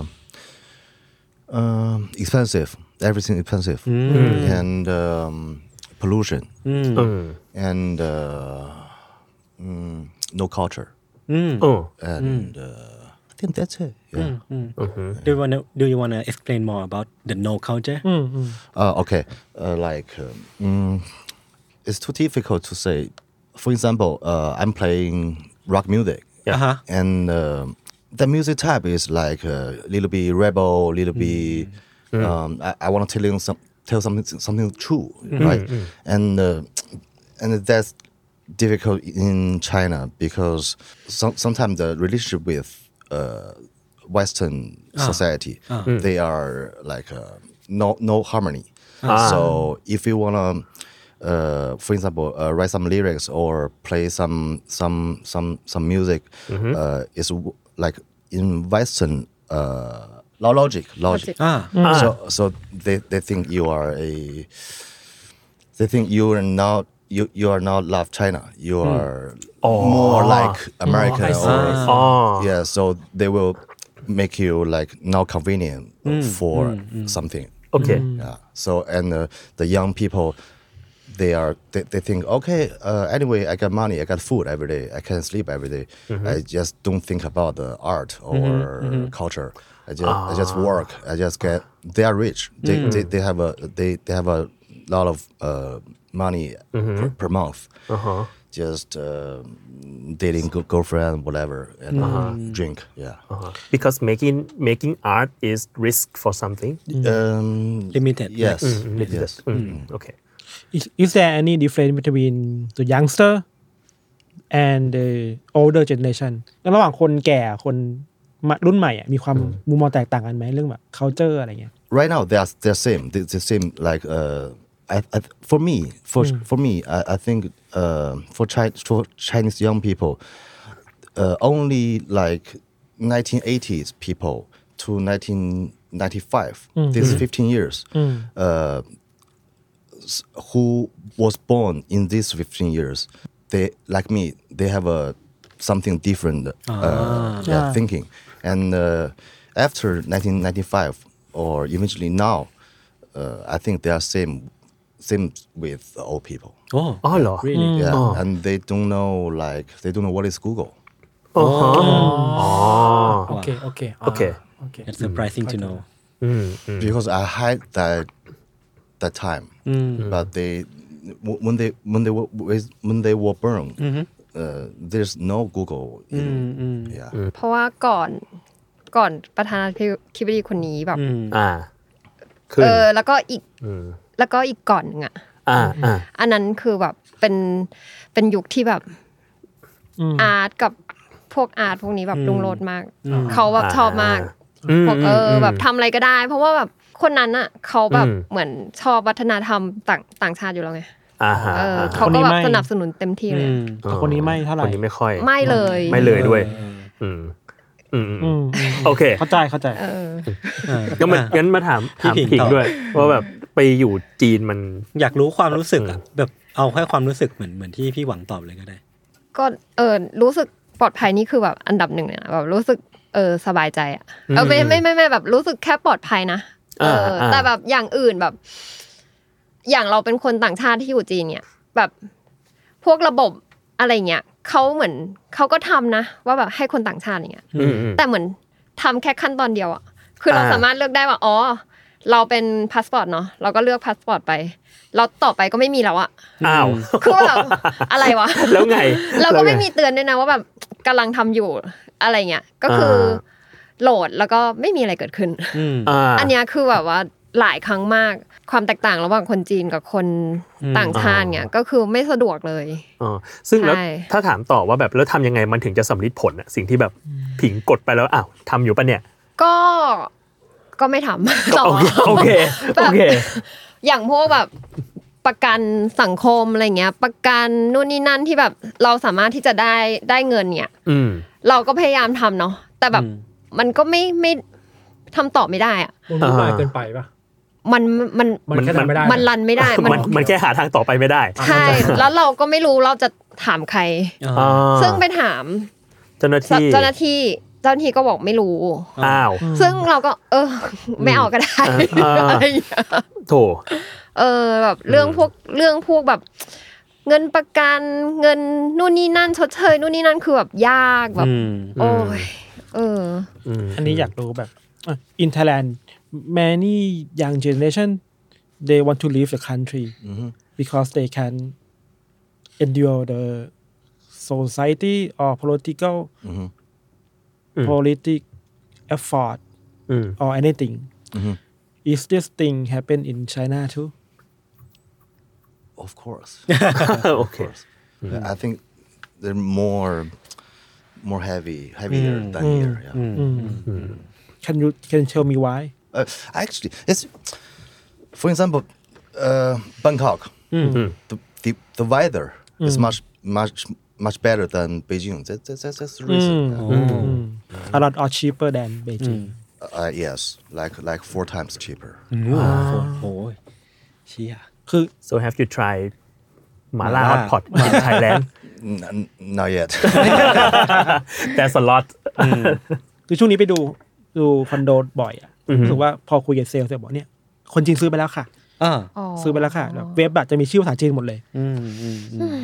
[SPEAKER 7] um, expensive. Everything expensive and um, pollution
[SPEAKER 4] อืม
[SPEAKER 7] and uh, mm, no culture.
[SPEAKER 3] อืม
[SPEAKER 4] อืม
[SPEAKER 7] And uh, I think that's it. Yeah.
[SPEAKER 3] Do you wanna Do you wanna explain more about the no culture?
[SPEAKER 7] Uh, okay, uh, like um, mm, it's too difficult to say. For example, uh, I'm playing rock music,
[SPEAKER 3] Uh huh.
[SPEAKER 7] and uh, the music type is like a little bit rebel, little bit. Um, I, I want to tell you some, tell something something true, right? And uh, and that's difficult in China because some, sometimes the relationship with uh, Western society they are like uh, no no harmony. So if you wanna, uh, for example, uh, write some lyrics or play some some some some music, uh, is w- like in Western uh, lo- logic logic. Hmm.
[SPEAKER 3] Ah.
[SPEAKER 7] So so they, they think you are a they think you are not you you are not love China. You are more like American or
[SPEAKER 4] อ๋อ
[SPEAKER 7] yeah. So they will make you like not convenient for something.
[SPEAKER 4] โอเค
[SPEAKER 7] Yeah. So and uh, the young people they are they, they think okay uh, anyway I got money I got food every day I can sleep every day. I just don't think about the art or culture. I just I just work. I just get they are rich. They, they, they have a they, they have a lot of uh, money per, per month. Just uh, dating good girlfriend whatever and drink yeah.
[SPEAKER 4] because making making art is risk for something
[SPEAKER 7] Um,
[SPEAKER 3] Limited, like-
[SPEAKER 7] Yes. Yes.
[SPEAKER 4] okay
[SPEAKER 8] Is, is there any difference between the youngster and the older generation แล้วระหว่างคนแก่คนมารุ่นใหม่อะมีความมุมมองแตกต่างกันไหมเรื่องแบบ culture อะไรเงี้ย
[SPEAKER 7] right now they are they're same they, the same like uh I, I, for me for for me I, I think uh, for Chi- for Chinese young people uh, only like 1980s people to 1995 these 15 years uh, s- who was born in these 15 years they like me they have a something different uh, yeah,
[SPEAKER 8] Ah.
[SPEAKER 7] thinking and uh, after 1995 or eventually now uh, i think they are same same with the old people
[SPEAKER 3] โอ้
[SPEAKER 4] อ๋อเหรอ
[SPEAKER 3] really
[SPEAKER 7] yeah
[SPEAKER 4] Oh.
[SPEAKER 7] and they don't know like they don't know what is google
[SPEAKER 4] อ๋ออ๋อ
[SPEAKER 5] โอเค โอเคา
[SPEAKER 4] โอเค
[SPEAKER 5] โอเค
[SPEAKER 3] that's surprising to know
[SPEAKER 4] อืมอืม
[SPEAKER 7] because I had that that time, Mm-hmm. but they w- when they when they were when they were born, uh, there's no Google. In, Yeah,
[SPEAKER 6] เพราะว่าก่อนก่อนประธานาธิบดีคนนี้แบบ
[SPEAKER 4] อ่าขึ้น
[SPEAKER 6] เออ แล้วก็อีกแล้วก็อีกก่อนหนึ่งอ่ะ
[SPEAKER 4] อ่าอ่า
[SPEAKER 6] อันนั้นคือแบบเป็นเป็นยุคที่แบบอาร์ตกับพวกอาร์ตพวกนี้แบบลุงโลดมาก เขาแบบชอบมากพวกเอออแบบทำอะไรก็ได้ เพราะว่าแบบคนนั้นอ่ะเขาแบบเหมือนชอบวัฒนธรรมต่างต่างชาติอยู่แล้วไง
[SPEAKER 4] อ่าฮะ
[SPEAKER 6] เออ
[SPEAKER 4] อ่า
[SPEAKER 6] เขา
[SPEAKER 8] คนนี้
[SPEAKER 6] ก็แบบ
[SPEAKER 8] ไม่
[SPEAKER 6] สนับสนุนเต็มที่เลยอะ
[SPEAKER 8] แต่คนนี้ไม่เท่าไหร่
[SPEAKER 4] คนนี้ไม่ค่อย
[SPEAKER 6] ไม่เลย
[SPEAKER 4] ไม่เลยด้วย อืมอืมอื
[SPEAKER 8] อื
[SPEAKER 4] ม
[SPEAKER 8] มอืม
[SPEAKER 4] โอเค
[SPEAKER 8] เข้าใจเข้าใจ
[SPEAKER 6] เออ
[SPEAKER 4] ก็มัน งั้นมาถาม
[SPEAKER 3] พี่
[SPEAKER 4] ถาม
[SPEAKER 3] ผิง
[SPEAKER 4] ผิง
[SPEAKER 3] ต่อ
[SPEAKER 4] ด้วย ว่าแบบไปอยู่จีนมัน
[SPEAKER 3] อยากรู้ความรู้สึกอะแบบเอาแค่ความรู้สึกเหมือนเหมือนที่พี่หวังตอบเลยก็ได้
[SPEAKER 6] ก็เออรู้สึกปลอดภัยนี่คือแบบอันดับหนึ่งเลยนะแบบรู้สึกเออสบายใจอะเออไม่ไม่ไม่ไม่แบบรู้สึกแค่ปลอดภัยนะเอออา แต่แบบอย่างอื่นแบบ อย่างเราเป็นคนต่างชาติที่อยู่จีนเนี่ย แบบพวกระบบอะไรเงี้ยเขาเหมือนเขาก็ทำนะว่าแบบให้คนต่างชาติอย่างเงี้ย
[SPEAKER 4] อืมอืม
[SPEAKER 6] แต่เหมือนทำแค่ขั้นตอนเดียวอะคือเรา
[SPEAKER 4] อ่า
[SPEAKER 6] สามารถเลือกได้ว่าอ๋อ เราเป็นพาสปอร์ตเนาะเราก็เลือกพาสปอร์ตไปเราต่อไปก็ไม่มีแล้วอะ
[SPEAKER 4] อ้าว
[SPEAKER 6] คือแบบอะไรวะ
[SPEAKER 4] แล้วไง
[SPEAKER 6] เราก็
[SPEAKER 4] แล้วง
[SPEAKER 6] ไม่มีเตือนด้วยนะว่าแบบกำลังทำอยู่อะไรเงี้ยก็คืออา โหลดแล้วก็ไม่มีอะไรเกิดขึ้น
[SPEAKER 4] อ่า
[SPEAKER 6] อันเนี้ยคือแบบว่าหลายครั้งมากความแตกต่างระหว่างคนจีนกับคนต่างชาติเนี่ยก็คือไม่สะดวกเลย
[SPEAKER 4] อ๋อซึ่งแล้ว
[SPEAKER 6] ใช่
[SPEAKER 4] ถ้าถามต่อว่าแบบแล้วทำยังไงมันถึงจะสำลิดผลอะสิ่งที่แบบผิงกดไปแล้วอ้าวทำอยู่ปะเนี่ย
[SPEAKER 6] ก็ก็ไม่ทำต่อ
[SPEAKER 4] โอเคโอเค
[SPEAKER 6] แบบ
[SPEAKER 4] โอเค
[SPEAKER 6] อย่างพวกแบบประกันสังคมอะไรเงี้ย ประกันนู่นนี่นั่นที่แบบเราสามารถที่จะได้ได้เงินเนี่ย
[SPEAKER 4] อืม
[SPEAKER 6] เราก็พยายามทำเนาะแต่แบบมันก็ไม่ไม่ทำต่อไม่ได้อะ
[SPEAKER 5] มันวุ่นวายเกินไปป่ะ
[SPEAKER 6] มันมัน
[SPEAKER 5] มันขนาด ไม่ได้
[SPEAKER 6] มันรันไม่ได้
[SPEAKER 4] มันมันแค่หาทางต่อไปไม่ได้
[SPEAKER 6] ใช่แล้วเราก็ไม่รู้เราจะถามใคร
[SPEAKER 4] อ่า
[SPEAKER 6] ซึ่งไปถาม
[SPEAKER 4] เจ้าหน้าที่
[SPEAKER 6] เจ้าหน้าที่เจ้าหน้าที่ก็บอกไม่รู้
[SPEAKER 4] อ้าว
[SPEAKER 6] ซึ่งเราก็ เออ ไม่เอาก็ได้
[SPEAKER 4] อ่า
[SPEAKER 6] อะไรอย่างเงี้ย
[SPEAKER 4] โถ
[SPEAKER 6] เออแบบเรื่องพวกเรื่องพวกแบบ เงินประกันเงินนู่นนี่นั่นชดเชยนู่นนี่นั่นคือแบบยากแบบ
[SPEAKER 3] อืม
[SPEAKER 6] โอ้ยเออ
[SPEAKER 8] อันนี้อยากรู้แบบอินเทอร์แลนด์ many young generation they want to leave the country because they can endure the society or political politic effort
[SPEAKER 4] อืม
[SPEAKER 8] or anything is this thing happen in China too
[SPEAKER 7] of course.
[SPEAKER 4] โอเค
[SPEAKER 7] I think they're more more heavy heavier than here. Yeah.
[SPEAKER 8] can you can you tell me why
[SPEAKER 7] Uh, actually, it's for example, uh, Bangkok. The, the the weather is much much much better than Beijing. That, that, that's that's the reason.
[SPEAKER 3] Mm.
[SPEAKER 7] yeah.
[SPEAKER 8] a lot are cheaper than Beijing
[SPEAKER 7] Uh, yes, like like four times cheaper.
[SPEAKER 3] โอ้ยเชี่ย
[SPEAKER 8] คือ
[SPEAKER 4] so have you tried หมาล่าฮ
[SPEAKER 3] หมา
[SPEAKER 4] อ
[SPEAKER 3] ล่า
[SPEAKER 4] ตพอตของไทยแลนด์
[SPEAKER 7] N- n- not yet.
[SPEAKER 4] that's a lot
[SPEAKER 8] คือช่วงนี้ไปดูดูคอนโดบ่อยอะรู้สึกว่าพอคุยกับเซลล์เซลล์บอกเนี่ย คนจีนซื้อไปแล้วค่ะ
[SPEAKER 3] อ่า
[SPEAKER 8] ซื้อไปแล้วค่ะแบบเว็บอะจะมีชื่อภาษาจีนหมดเลย
[SPEAKER 3] อืมอืมอืม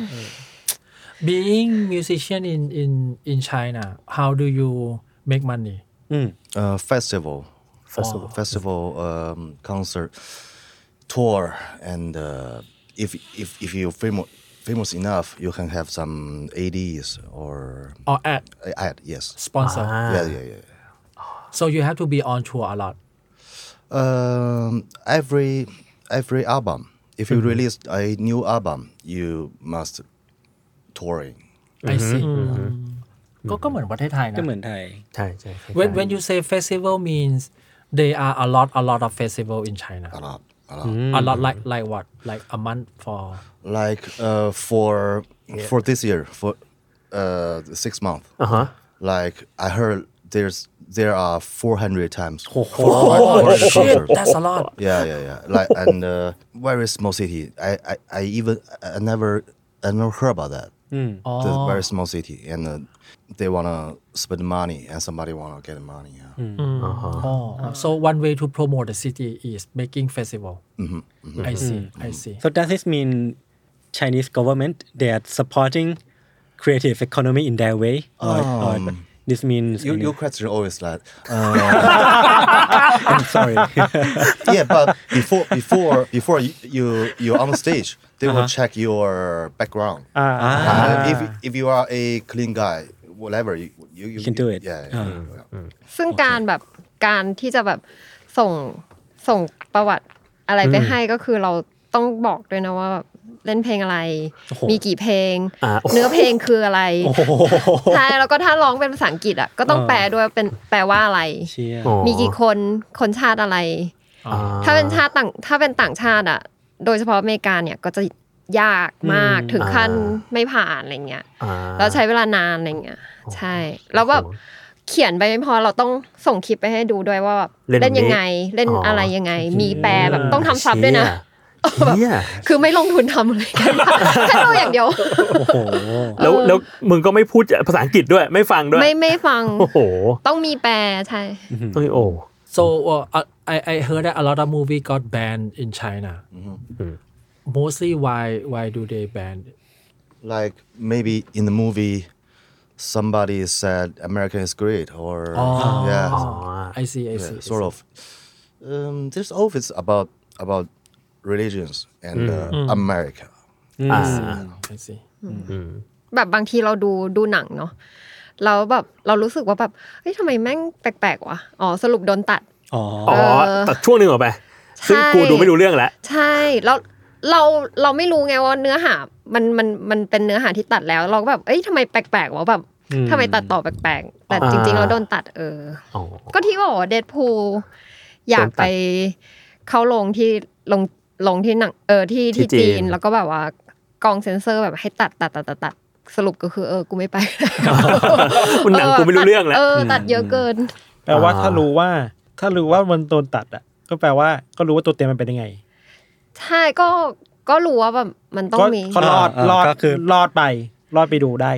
[SPEAKER 5] being musician in in in China how do you make money
[SPEAKER 7] uh, festival, festival, festival um, concert, tour, and uh, if if if you're famous famous enough, you can have some ads or
[SPEAKER 5] or ad
[SPEAKER 7] ad. Yes.
[SPEAKER 5] sponsor
[SPEAKER 7] Yeah, yeah, yeah.
[SPEAKER 5] so you have to be on tour a lot
[SPEAKER 7] Um, every every album, if you release a new album, you must touring.
[SPEAKER 5] I see ก็ก็เหมือนประเทศไทยนะ
[SPEAKER 3] ก็เหมือนไทย
[SPEAKER 4] ใช่ใช่ใช่
[SPEAKER 5] when when you say festival means there are a lot a lot of festival in China
[SPEAKER 7] A lot, a lot.
[SPEAKER 5] a lot like like what like a month for
[SPEAKER 7] Like uh, for for this year, for uh, six month.
[SPEAKER 4] อ่าฮะ
[SPEAKER 7] Like I heard, there's there are 400 times.
[SPEAKER 5] shit that's a lot
[SPEAKER 7] Yeah, yeah, yeah. Like and uh, very small city. I, I, I even I never I never heard about that. The very small city, and uh, they wanna spend money, and somebody wanna get money. Yeah.
[SPEAKER 5] oh so one way to promote the city is making festival I see I see
[SPEAKER 3] so does this mean Chinese government they are supporting creative economy in their way or, or this means
[SPEAKER 7] You,
[SPEAKER 3] any-
[SPEAKER 7] your question always like, uh,
[SPEAKER 3] I'm sorry
[SPEAKER 7] yeah, but before before before you you you're on stage, they
[SPEAKER 3] Uh-huh.
[SPEAKER 7] will check your background.
[SPEAKER 3] Ah.
[SPEAKER 7] Uh, if if you are a clean guy, whatever you you, you
[SPEAKER 3] can do it. Ah.
[SPEAKER 7] Yeah. yeah, yeah.
[SPEAKER 6] ซึ่งการแบบการที่จะแบบส่งส่งประวัติอะไรไปให้ก็คือเราต้องบอกด้วยนะว่าแบบเล่นเพลงอะไร มีกี่เพลง
[SPEAKER 4] อ่าโอ้โห
[SPEAKER 6] เนื้อเพลงคืออะไรใช่แล้วก็ถ้าร้องเป็นภาษาอังกฤษอ่ะก็ต้องแปลด้วยเป็นแปลว่าอะไร
[SPEAKER 3] เชียร์
[SPEAKER 4] อ๋อ
[SPEAKER 6] มีกี่คนคนชาติอะไร
[SPEAKER 4] อ่
[SPEAKER 6] ถ้าเป็นชาติต่างถ้าเป็นต่างชาติอ่ะ โดยเฉพาะอเมริกาเนี่ยก็จะยากมากถึงขั้นไม่ผ่านอะไรเงี้ย
[SPEAKER 4] อ่า
[SPEAKER 6] แล้วใช้เวลานานอะไรเงี้ยใช่ แล้วแบบ
[SPEAKER 4] โอ้โห
[SPEAKER 6] เขียนไปไม่พอเราต้องส่งคลิปไปให้ดูด้วยว่าแบบ
[SPEAKER 4] เล่น
[SPEAKER 6] นยังไงเล่น
[SPEAKER 4] อ๋ออ
[SPEAKER 6] อะไรยังไง มีแปลแบบต้องทำซับด้วยนะ
[SPEAKER 4] เชี่ย
[SPEAKER 6] คือไม่ลงทุนทำเลยกัน แค่ดูอย่า งเดียว
[SPEAKER 3] โอ้โห
[SPEAKER 4] แล้วแล้วมึงก็ไม่พูดภาษาอังกฤษด้วยไม่ฟังด้วย
[SPEAKER 6] ไม่ไม่ฟัง
[SPEAKER 4] โอ้โห
[SPEAKER 6] ต้องมีแปลใช่
[SPEAKER 4] เอ้ยโอ้
[SPEAKER 5] so uh, I I heard that a lot of movie got banned in China mostly why why do they ban
[SPEAKER 7] like maybe in the movie somebody said america is great or
[SPEAKER 3] Ah.
[SPEAKER 7] yeah
[SPEAKER 5] I see I
[SPEAKER 7] yeah,
[SPEAKER 5] see I
[SPEAKER 7] sort
[SPEAKER 5] see.
[SPEAKER 7] of um, there's always about about religions and
[SPEAKER 3] Mm.
[SPEAKER 7] uh, america
[SPEAKER 4] อ่า
[SPEAKER 5] I see
[SPEAKER 6] แบบบางทีเราดูดูหนังเนาะแล้วแบบเรารู้สึกว่าแบบเฮ้ยทำไมแม่งแปลกๆวะอ๋อสรุปโดนตัด
[SPEAKER 3] อ๋อ
[SPEAKER 4] อ๋อ
[SPEAKER 6] เออ
[SPEAKER 4] ตัดช่วงหนึ่งออกไป ซึ่ง
[SPEAKER 6] ใช่
[SPEAKER 4] กูดูไม่รู้เรื่องแล้ว
[SPEAKER 6] ใช่แล้วเราเราไม่รู้ไงว่าเนื้อหา มันมันมันเป็นเนื้อหาที่ตัดแล้ว เราก็แบบเอ้ยทำไมแปลกๆวะแบบทำไมตัดต่อแปลกๆ แต่
[SPEAKER 4] อ่า
[SPEAKER 6] จริงๆเราโดนตัดเออ
[SPEAKER 4] อ๋อ
[SPEAKER 6] ก็ที่บอกว่าเดดพูอยาก
[SPEAKER 4] โดนตัด
[SPEAKER 6] ไปเข้าลงที่ลงลงที่หนังเออที่
[SPEAKER 4] ที่
[SPEAKER 6] ที่
[SPEAKER 4] จี
[SPEAKER 6] จี
[SPEAKER 4] น
[SPEAKER 6] น แล้วก็แบบว่ากองเซ็นเซอร์แบบให้ตัดตัดตัดตัดตัดสรุปก็คือเออกูไม่ไป
[SPEAKER 4] มันหนังกูไม่รู้เรื่องแล้ว
[SPEAKER 6] เออตัดเยอะเกิน
[SPEAKER 8] แปลว่า
[SPEAKER 4] อ่า
[SPEAKER 8] ถ้ารู้ว่า ถ้ารู้ว่ามันโดนตัดอ่ะ ก็แปลว่าก็รู้ว่าตัวเต็มมันเป็นยังไง
[SPEAKER 6] ใช่ก็ก็รู้ว่าแบบมันต้อง
[SPEAKER 8] ก็
[SPEAKER 6] มี
[SPEAKER 8] ก็รอด
[SPEAKER 3] อ่าร
[SPEAKER 8] อด
[SPEAKER 3] ก็คือ
[SPEAKER 8] รอดไป รอดไปดูได้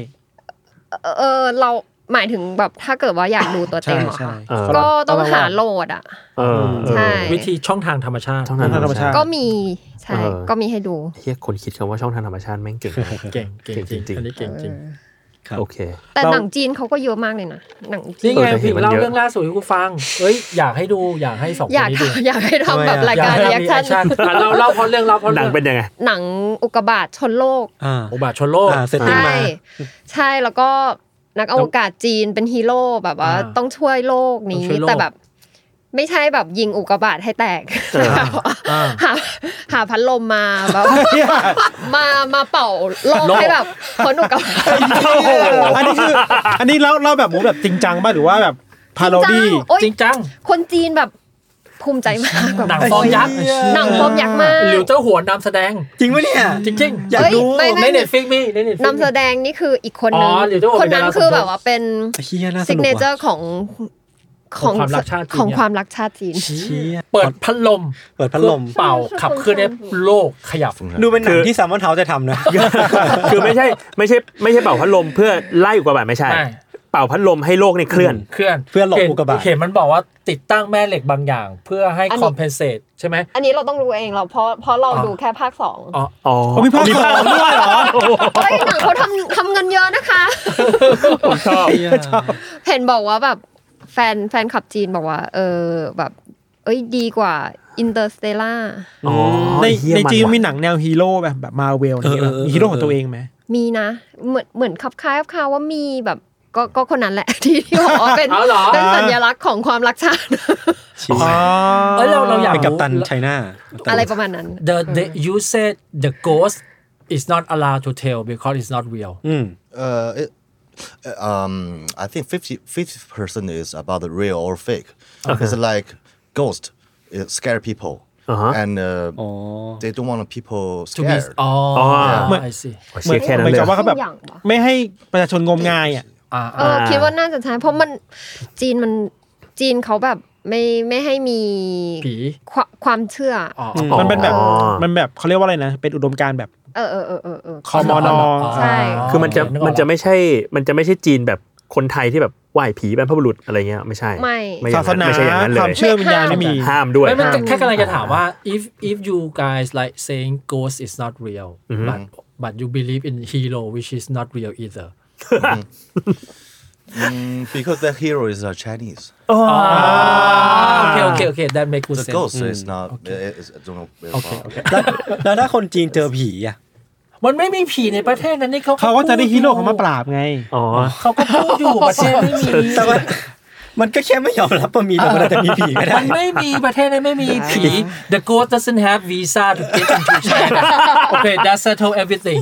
[SPEAKER 6] เออเราหมายถึงแบบถ้าเกิดว่าอยากดูตัว
[SPEAKER 8] ใช่
[SPEAKER 6] เต็มเหรอ
[SPEAKER 8] ใช่
[SPEAKER 6] คะ
[SPEAKER 4] เออ
[SPEAKER 6] ก็ต้อง
[SPEAKER 8] ต้องระวัง
[SPEAKER 6] หาโหลดอ่ะ
[SPEAKER 4] เออเออ
[SPEAKER 6] ใช่
[SPEAKER 5] วิธีช่องทางธรรมชาติ
[SPEAKER 4] ช่องทางธรรมชาติ
[SPEAKER 6] ก็มีใช่
[SPEAKER 4] เออ
[SPEAKER 6] ก็มีให้ดู
[SPEAKER 4] เฮียคนคิดคำว่าช่องทางธรรมชาติแม่งเก่ง มาก
[SPEAKER 5] เก่งเก่งจริง
[SPEAKER 4] เก่งจริง
[SPEAKER 5] อันนี้เก่งจริง
[SPEAKER 4] โอเค
[SPEAKER 6] แต่หนังจีนเขาก็เยอะมากเลยนะหนังจี
[SPEAKER 5] นี่
[SPEAKER 6] น
[SPEAKER 5] ไง
[SPEAKER 4] เออแต่เห็
[SPEAKER 5] พี่
[SPEAKER 4] นมัน
[SPEAKER 5] เล่า
[SPEAKER 4] เยอะ
[SPEAKER 5] เรื่องล่าสุดให้กูฟัง เอ้ยอยากให้ดูอยากให้สองค
[SPEAKER 6] อน ยาก
[SPEAKER 5] นี้ดู
[SPEAKER 6] อยากให้ทำแบบรายการ
[SPEAKER 5] อ
[SPEAKER 6] เรี
[SPEAKER 5] ให้
[SPEAKER 6] ยก
[SPEAKER 5] มี
[SPEAKER 6] ชัน
[SPEAKER 5] action อ่ะเล่าเล่าเพราะเรื่องเล่าเพราะ
[SPEAKER 4] หนั
[SPEAKER 5] เรื่อง ง
[SPEAKER 4] เป็นยังไง
[SPEAKER 6] หนังอุกกาบาตชนโลก
[SPEAKER 3] อ่า
[SPEAKER 5] โอบาทชนโลก
[SPEAKER 3] อ่า setting
[SPEAKER 6] ใช่
[SPEAKER 3] มา
[SPEAKER 6] ใช่แล้วก็นักอวกาศจีนเป็นฮีโร่แบบว่า
[SPEAKER 5] อ่า
[SPEAKER 6] ต้องช่วยโลกนี้
[SPEAKER 5] ต้องช่วยโลก
[SPEAKER 6] แต่แบบ ไม่ใช่แบบยิงอุกกาบาตให้แตกแบบว่าหาหาพัดลมมาแบบมามาเป่าโลกให้แบบพ้นอุกกาบาต
[SPEAKER 8] อันนี้คือ อันนี้เล่าเล่าแบบมูแบบจริงจังป่ะหรือว่าแบบพาโรดี้
[SPEAKER 6] โอ๊ย
[SPEAKER 5] จริงจัง
[SPEAKER 6] คนจีนแบบภูมิใจมากแบบ
[SPEAKER 5] หนังฟอร์มยักษ์
[SPEAKER 6] หนังฟอร์มยักษ์มาก
[SPEAKER 5] หลิวเจ้าหัวนำแสดง
[SPEAKER 3] จริงปะเนี่ย
[SPEAKER 5] จริงๆ
[SPEAKER 6] อยากดูเฮ้ยไม่ไม่
[SPEAKER 5] ในเน็ตฟิกมีในเน็ตฟิก
[SPEAKER 6] นำแสดงนี่คืออีกคนนึง
[SPEAKER 5] อ๋อหลิวเจ้าหัว
[SPEAKER 6] คนนั้นคือแบบว่าเป็น
[SPEAKER 3] เฮียน่าส
[SPEAKER 6] ซิก
[SPEAKER 3] นุก
[SPEAKER 6] เนเจอ
[SPEAKER 3] ว่ะ
[SPEAKER 6] ร์ของ
[SPEAKER 5] ของความรักชาติจีน
[SPEAKER 6] ของความรักชาติจีน
[SPEAKER 3] เชีย
[SPEAKER 5] เปิดพัดลม
[SPEAKER 3] เปิดพัดลม
[SPEAKER 5] เป่าขับเคลื่อนให้โลกขยับ
[SPEAKER 3] ดูเป็นหนังที่สามอนเทาจะทำนะ
[SPEAKER 4] คือไม่ใช่ไม่ใช่ไม่ใช่เป่าพัดลมเพื่อไล่อุกกาบาตไม่ใช่
[SPEAKER 5] ไม่
[SPEAKER 4] เป่าพัดลมให้โลกเนี่ยเคลื่อน
[SPEAKER 5] เคลื่อน
[SPEAKER 3] เพื่อหลบอุกกาบาต
[SPEAKER 5] เห็นมันบอกว่าติดตั้งแม่เหล็กบางอย่าง เพื่อให้
[SPEAKER 6] อันนี้
[SPEAKER 5] compensate ใช่ไหม
[SPEAKER 6] อันนี้เราต้องรู้เองเราเพราะเพราะเรา
[SPEAKER 5] อ๋อ
[SPEAKER 6] ดูแค่ภาคสอง
[SPEAKER 5] อ๋อ
[SPEAKER 4] อ๋อ
[SPEAKER 8] อ๋อมีภาคสองด้วยเหรอ
[SPEAKER 6] เฮ้ยหนังเขาทำทำเงินเยอะนะคะ
[SPEAKER 4] ผมชอบ
[SPEAKER 6] เห็นบอกว่าแบบแฟนแฟนขับจีนบอกว่า เออแบบ เอ้ยดีกว่าอินเตอร์สเตล่า
[SPEAKER 4] อ๋อ
[SPEAKER 8] ใน
[SPEAKER 4] เหี้ย
[SPEAKER 8] ในจีน
[SPEAKER 4] ว่ะ
[SPEAKER 8] มีหนังแนวฮีโร่แบบแบบมาเวลอะไรเงี้ย
[SPEAKER 3] เออ
[SPEAKER 8] ปะ
[SPEAKER 3] เออเออ
[SPEAKER 8] มีฮีโร่ของตัวเองไหม
[SPEAKER 6] มีนะเหมือนเหมือนขับคล้ายขับคาว่ามีแบบก็ก็คนนั้นแหละ ที่ที่บอกว่าเป็น
[SPEAKER 5] อ๋อเหรอ
[SPEAKER 6] เป็นสัญลักษณ์ของความรัก ชาติ
[SPEAKER 5] เอ้ยเราเราอยาก
[SPEAKER 3] เป็นกัปตัน
[SPEAKER 5] รู้
[SPEAKER 3] ไชน่า
[SPEAKER 6] อะไรประมาณนั้น
[SPEAKER 5] the, the you said the ghost is not allowed to tell because it's not real
[SPEAKER 3] อืม
[SPEAKER 7] Uh, it, uh, um, I think 50 percent is about the real or fake. It's like ghost, it scare people,
[SPEAKER 4] Uh-huh.
[SPEAKER 7] and uh,
[SPEAKER 3] อ๋อ
[SPEAKER 7] they don't want people
[SPEAKER 5] to be
[SPEAKER 7] scared.
[SPEAKER 5] อ๋อ
[SPEAKER 4] อ๋อ
[SPEAKER 5] ไอซี
[SPEAKER 8] เหมื
[SPEAKER 4] เชีย
[SPEAKER 8] น
[SPEAKER 4] ร์แค่นั้น
[SPEAKER 8] เหมื
[SPEAKER 4] เลย
[SPEAKER 8] กับว่าเขาแบบ
[SPEAKER 6] เส้นอย่างปะ
[SPEAKER 8] ไม่ให้ประชาชนงมงายอ่ะ
[SPEAKER 5] อ่า
[SPEAKER 6] เออคิดว่าน่าจะใช่เพราะมันจีนมันจีนเขาแบบไม่ไม่ให้มี
[SPEAKER 5] ผี
[SPEAKER 6] ควความเชื่ออ
[SPEAKER 5] อ๋อ
[SPEAKER 8] มันเป็นแบบ
[SPEAKER 4] อ๋อ
[SPEAKER 8] มันแบบเขาเรียกว่าอะไรนะ เป็นอุดมการณ์แบบ
[SPEAKER 6] เออเออเออเออเออ
[SPEAKER 8] คอมอนอ
[SPEAKER 6] ใช่
[SPEAKER 4] คือมันจะ
[SPEAKER 5] โเกออก
[SPEAKER 4] มันจะไม่ใช่ มันจะไม่ใช่จีนแบบคนไทยที่แบบไหว้ผีบรรพบุรุษอะไรเงี้ยไม่ใช่
[SPEAKER 6] ไม่
[SPEAKER 4] อย่
[SPEAKER 8] ศางสนา
[SPEAKER 4] ไม่ใช่อย่างนั้นเลยว
[SPEAKER 8] คามเชื่อวิญญาณไม่มี
[SPEAKER 4] ห้ามด้วย
[SPEAKER 5] ไม่มันจะแค่กำลังจะถามว่า if if you guys like saying ghost is not real
[SPEAKER 4] อือฮึ
[SPEAKER 5] but but you believe in hero which is not real either
[SPEAKER 7] Mm, because the hero is a Chinese.
[SPEAKER 5] โอเคโอเคโอเค that make good
[SPEAKER 7] The
[SPEAKER 5] sense
[SPEAKER 7] ghost is not. It, it's, I don't know. where
[SPEAKER 5] Mm, Okay,
[SPEAKER 7] from.
[SPEAKER 3] แล้วแล้วถ้าคนจีนเจอผีอ่ะ
[SPEAKER 5] มันไม่มีผีในประเทศนั้นนี่เขา
[SPEAKER 8] เขาก็จะได้ฮีโร่เขามาปราบไง
[SPEAKER 4] อ๋อ
[SPEAKER 5] เขาก็พูดอยู่ประเทศไม่มี
[SPEAKER 3] แต่ว่ามันก็แค่ไม่ยอมรับว่ามีแต่มันอาจจะมีผีก็ได้
[SPEAKER 5] มันไม่มีประเทศนั้นไม่มีผี the ghost doesn't have visa to get into China okay that settle everything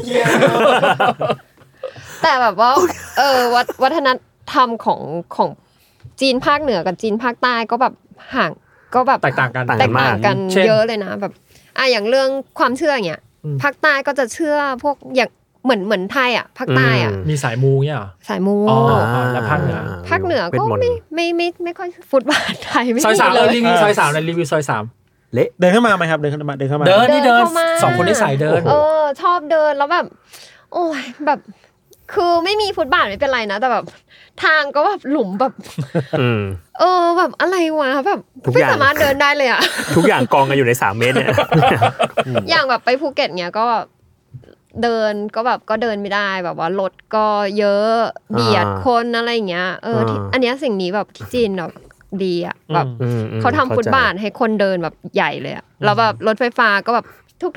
[SPEAKER 6] แต่แบบว่า เออวัฒวัฒนธรรมของของจีนภาคเหนือกับจีนภาคใต้ก็แบบห่างก็แบบ
[SPEAKER 5] แตกต่างกัน
[SPEAKER 4] แต
[SPEAKER 6] แตกต่างกัน
[SPEAKER 5] เช่น
[SPEAKER 6] เยอะเลยนะแบบอ่ะอย่างเรื่องความเชื่ออย่างเงี้ย
[SPEAKER 5] อืม
[SPEAKER 6] ภาคใต้ก็จะเชื่อพวกอย่างเหมือนเหมือนไทยอ่ะภาคใต้อ่ะ
[SPEAKER 4] อืม
[SPEAKER 5] มีสายมูเนี่ยเหรอ
[SPEAKER 6] สายมู
[SPEAKER 5] อ๋อ แล้วภาคเหนือ
[SPEAKER 6] ภาคเหนือก็ไม่ไม่ไม่ไม่ค่อยฟุตบาทไทยไม่
[SPEAKER 5] ซอย
[SPEAKER 6] มี
[SPEAKER 5] สาม
[SPEAKER 6] เล
[SPEAKER 5] เออย รีวิวซอยสามเลยรีวิวซอยสาม
[SPEAKER 8] เดินเข้ามาไหมครับ เดินเข้ามาเดินเข้ามา
[SPEAKER 5] เดินนี่เดิน
[SPEAKER 6] เข้ามา
[SPEAKER 5] สองคนได้สายเดิน
[SPEAKER 6] เออ ชอบเดินแล้วแบบ โอ้ยแบบ คือไม่มีฟุตบาทไม่เป็นไรนะ แต่แบบ ทางก็แบบหลุมแบบ
[SPEAKER 4] อืม
[SPEAKER 6] เออแบบอะไรวะแบบ
[SPEAKER 4] ทุก
[SPEAKER 6] ไม่
[SPEAKER 4] อย่าง
[SPEAKER 6] สามารถเดินได้เลยอะ
[SPEAKER 4] ทุกอย่างกองกันอยู่ในสามเมตรเนี่ย
[SPEAKER 6] อย่างแบบไปภูเก็ตเนี้ยก็แบบเดินก็แบบก็เดินไม่ได้แบบว่ารถก็เยอะเบียด
[SPEAKER 4] อ่า
[SPEAKER 6] คนอะไรอย่างเงี้ยเออที่
[SPEAKER 4] อ่า
[SPEAKER 6] อันเนี้ยสิ่งนี้แบบที่จีนแบบดีอะแบบ
[SPEAKER 4] อืมอืม
[SPEAKER 6] เขาทำฟุตบาท
[SPEAKER 4] เข้ใจ
[SPEAKER 6] ให้คนเดินแบบใหญ่เลยอะแล้วแบบรถไฟฟ้าก็แบบ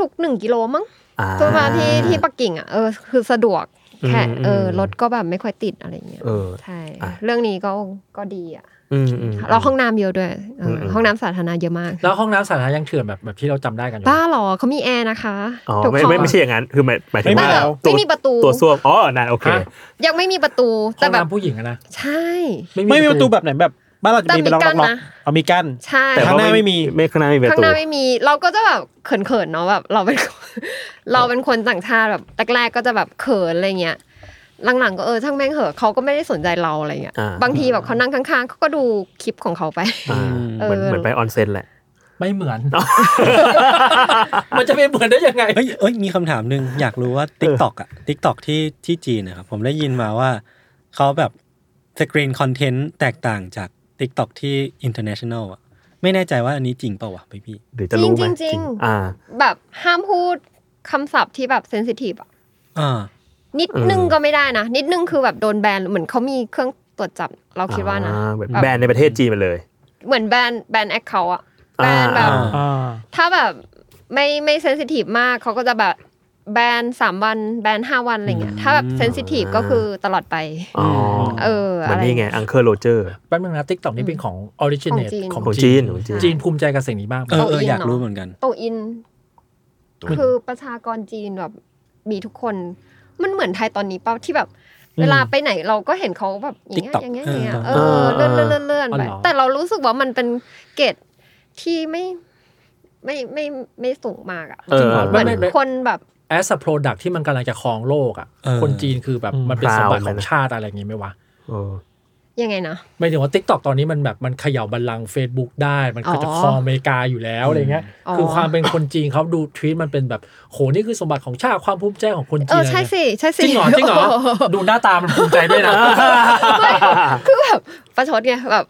[SPEAKER 6] ทุกๆหนึ่งกิโลมั้ง
[SPEAKER 4] อ่
[SPEAKER 6] ฟุตบาทที่ที่ปักกิ่งอะเออคือสะดวกแค่
[SPEAKER 4] อืม
[SPEAKER 6] เอออ
[SPEAKER 4] ม
[SPEAKER 6] รถก็แบบไม่ค่อยติดอะไรเงี้ย
[SPEAKER 4] เออ
[SPEAKER 6] ใช่
[SPEAKER 4] อ่ะ
[SPEAKER 6] เรื่องนี้ก็ก็ดีอะ
[SPEAKER 4] อืมอืม
[SPEAKER 6] เราห้องน้ำเยอะด้วยเอออ
[SPEAKER 4] ม
[SPEAKER 6] ห้องน้ำสาธารณะเยอะมาก
[SPEAKER 5] แล้วห้องน้ำสาธารณะยังเถื่อนแบบแบบที่เราจำได้กันอยู่
[SPEAKER 6] บ้าเหรอเขามีแอร์นะคะ
[SPEAKER 4] อ๋อ
[SPEAKER 6] ถูก
[SPEAKER 4] ไม่
[SPEAKER 6] ต้อง
[SPEAKER 4] ไม่ไม่ใช่อย่างนั้น คือหมายหมายถึง
[SPEAKER 6] ไม่
[SPEAKER 4] ว่า
[SPEAKER 6] แบบ
[SPEAKER 4] ตั
[SPEAKER 6] ไม่
[SPEAKER 4] ว
[SPEAKER 6] มีประตู
[SPEAKER 4] ตัวส้วมอ๋อนั่นโอเค
[SPEAKER 6] ยังไม่มีประตู
[SPEAKER 5] ห้
[SPEAKER 6] แต่
[SPEAKER 5] อง
[SPEAKER 6] แบบ
[SPEAKER 5] น้ำผู้หญิงอะนะ
[SPEAKER 6] ใช่
[SPEAKER 8] ไม่มีประตูแบบไหนแบบบ้านเราจะมีเป็นล็อกๆๆเอามีกั้น
[SPEAKER 6] ใช่
[SPEAKER 4] แต่
[SPEAKER 8] ข้างหน้าไม่มี
[SPEAKER 4] ไม่ข้างหน้าไม่มีประ
[SPEAKER 6] ข้าง
[SPEAKER 4] ตู
[SPEAKER 6] หน้าไม่มีเราก็จะแบบเขินๆเนาะแบบเราเป็น เราเป็นคนต่างชาติแบบแรกๆก็จะแบบเขินอะไรเงี้ยหลังๆก็เออช่างแม่งเหอะเขาก็ไม่ได้สนใจเราอะไรเงี้ย
[SPEAKER 4] อ่
[SPEAKER 6] บางทีแบบเขานั่งข้างๆเขาก็ดูคลิปของเขาไป
[SPEAKER 4] อ่า
[SPEAKER 6] เออ
[SPEAKER 4] เหมือนเหมือนไปออนเซ็นแหละ
[SPEAKER 5] ไม่เหมือน มันจะเป็นเหมือนได้ยังไง
[SPEAKER 3] เฮ้ยเอ้ยมีคำถามหนึ่งอยากรู้ว่า t ิ k t o k อ่ะ t ิ k t o k ที่ที่จีนนะครับผมได้ยินมาว่าเขาแบบสกรีนคอนเทนต์แตกต่างจาก t ิ k t o k ที่ international อ่ะ ไม่แน่ใจว่าอันนี้จริงเปล่าวะพี่พี่
[SPEAKER 4] หรือจะรู้ไหม
[SPEAKER 6] จริงๆจริง
[SPEAKER 4] อ่า
[SPEAKER 6] แบบห้ามพูดคำศัพท์ที่แบบเซนซิทีฟอะ
[SPEAKER 3] อ่า
[SPEAKER 6] นิดนึงก็ไม่ได้นะ นิดนึงคือแบบโดนแบนเหมือนเขามีเครื่องตรวจจับเราคิดว่านะ
[SPEAKER 4] อ่แบบ
[SPEAKER 6] แบบ
[SPEAKER 4] แบรนด์ในประเทศจีนไปเลย
[SPEAKER 6] เหมือนแบนแบนแอคเคาท์อะแบ
[SPEAKER 4] อ่าน
[SPEAKER 6] แบบ
[SPEAKER 4] อ่า
[SPEAKER 8] อ่า
[SPEAKER 6] ถ้าแบบไม่ไม่เซนซิทีฟมากเขาก็จะแบบแบนสามวันแบนห้าวันอะไรเงี้ยถ้าแบบเซนซิทีฟก็คือตลอดไป
[SPEAKER 4] อ๋อ
[SPEAKER 6] เออ
[SPEAKER 4] เหมือ
[SPEAKER 6] อะ
[SPEAKER 4] น
[SPEAKER 6] ไร
[SPEAKER 4] นี่ไงอังเคิลโรเจอร์
[SPEAKER 5] แป๊บนึงนะ TikTok นี่เป็นของ originate
[SPEAKER 6] ของ
[SPEAKER 4] ของจีนของจีน
[SPEAKER 5] จีนภูมิใจกับสิ่งนี้มาก
[SPEAKER 3] เออเออ
[SPEAKER 6] เกาหลี
[SPEAKER 3] อยาก
[SPEAKER 6] เนอะ
[SPEAKER 3] รู้เหมือนกัน
[SPEAKER 6] โตอิน คือประชากรจีนแบบมีทุกคน มันเหมือนไทยตอนนี้เป้าที่แบบ เวลาไปไหนเราก็เห็นเขาแบบอย่างเงี้ย
[SPEAKER 3] TikTok
[SPEAKER 6] อย่างเงี้ยอย่างเงี้ย
[SPEAKER 3] เอ
[SPEAKER 6] เอ
[SPEAKER 3] อ
[SPEAKER 6] อเลื่อนเลื่อนเลื่อนเลื่อนไปแต่เรารู้สึกว่ามันเป็นเกรดที่ไม่ไม่ไม่ไม่สูงมากอ่ะ
[SPEAKER 4] เออ
[SPEAKER 6] เหมือนคนแบบ
[SPEAKER 5] as a product ที่มันกำลังจะครองโลกอ่ะ
[SPEAKER 3] เออ
[SPEAKER 5] คนจีนคือแบบ
[SPEAKER 8] อืม
[SPEAKER 5] มันเป็นสมบัติ
[SPEAKER 4] พราวมั
[SPEAKER 5] ขอน ง
[SPEAKER 4] นะ
[SPEAKER 5] ชาติอะไรอย่างงี้ไหมวะ
[SPEAKER 4] เออ
[SPEAKER 6] ยังไงนะ
[SPEAKER 5] ไม่ถึงว่า t ิ k t o k ตอนนี้มันแบบมันเขย่าบัลลังก์ Facebook ได้ มันก็จะ
[SPEAKER 6] อ๋อ
[SPEAKER 5] ครองอเมริกาอยู่แล้วอะไรเงี้ย
[SPEAKER 6] อ๋อ
[SPEAKER 5] คือความเป็นคนจีนเขาดูทวีตมันเป็นแบบโหนี่คือสมบัติของชาติความภูมิใจของคน
[SPEAKER 6] เอ
[SPEAKER 5] จีน
[SPEAKER 6] อ
[SPEAKER 5] อะไร
[SPEAKER 6] ใช่
[SPEAKER 5] เงี้ย
[SPEAKER 6] สิใช่สิ
[SPEAKER 5] จริงเหรอจริงเหรอ
[SPEAKER 6] โโ
[SPEAKER 5] ดูหน้าตามันภูมิใจด้วยนะ
[SPEAKER 6] ไม่คือแบบประชดไงแบบ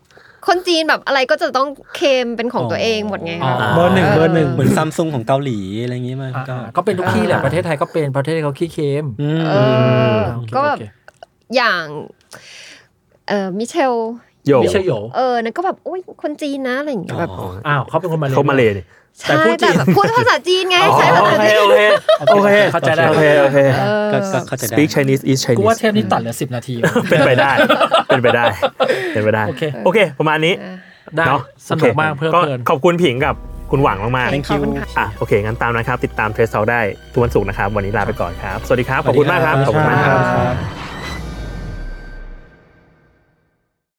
[SPEAKER 6] คนจีนแบบอะไรก็จะต้องเคลมเป็นของตัวเองหมดไง
[SPEAKER 5] อ๋อ
[SPEAKER 8] เบอร์หนึ่งเบอร์หนึ่ง
[SPEAKER 3] เหมือนซัมซุงของเกาหลีอะไรอย่างงี้มา
[SPEAKER 5] อ่ะ
[SPEAKER 3] ก็
[SPEAKER 5] อ่ะก็เป็นทุกที่แหละประเทศไทยก็เป็นประเทศไทยเขาขี้เค็ม
[SPEAKER 3] อืม
[SPEAKER 6] เออ
[SPEAKER 5] โอเค
[SPEAKER 6] ก็แบบ
[SPEAKER 5] โอเค
[SPEAKER 6] อย่างเออมิเชล
[SPEAKER 4] โยก
[SPEAKER 5] ไม่ใช่โหย
[SPEAKER 6] เออนั่นก็แบบโอ้ยคนจีนนะอะไรอย่างเงี้ยแบบ
[SPEAKER 5] อ้าวเขาเป็นคนมาเล
[SPEAKER 4] เขามาเลย ยนี่
[SPEAKER 6] ใช่
[SPEAKER 5] แต่พูดจี
[SPEAKER 6] แต่
[SPEAKER 5] น
[SPEAKER 6] แบบพูดภาษาจีนไงใช่
[SPEAKER 4] โอ
[SPEAKER 6] ภาษา
[SPEAKER 4] เค
[SPEAKER 6] จีน
[SPEAKER 4] โอเคโอเค
[SPEAKER 5] เข้าใจได้
[SPEAKER 4] โอเคโอเค
[SPEAKER 6] เออ
[SPEAKER 3] ก็ก็เข้าใจได้
[SPEAKER 4] speak Chinese is
[SPEAKER 5] กูว่า
[SPEAKER 4] Chinese
[SPEAKER 5] เทปนี้ตัดเหลือสิบนาที
[SPEAKER 4] เป็นไปได้ เป็นไปได้ เป็นไปได้
[SPEAKER 5] โอเค
[SPEAKER 4] โอเค ประมาณนี้
[SPEAKER 5] ได้
[SPEAKER 4] เนาะ
[SPEAKER 5] สนุกมากเพลิดเพลิน
[SPEAKER 4] ขอบคุณผิงกับคุณหวังมาก
[SPEAKER 6] โอเคขอบคุณค่ะ
[SPEAKER 4] ๆอ่ะโอเค งั้นตามนะครับ ติดตามเทรซเซาได้ทุกวันศุกร์นะครับ วันนี้ลาไปก่อนครับ สวัสดีครับ ขอบคุณมากครับ ขอบคุณมากครับ
[SPEAKER 3] บ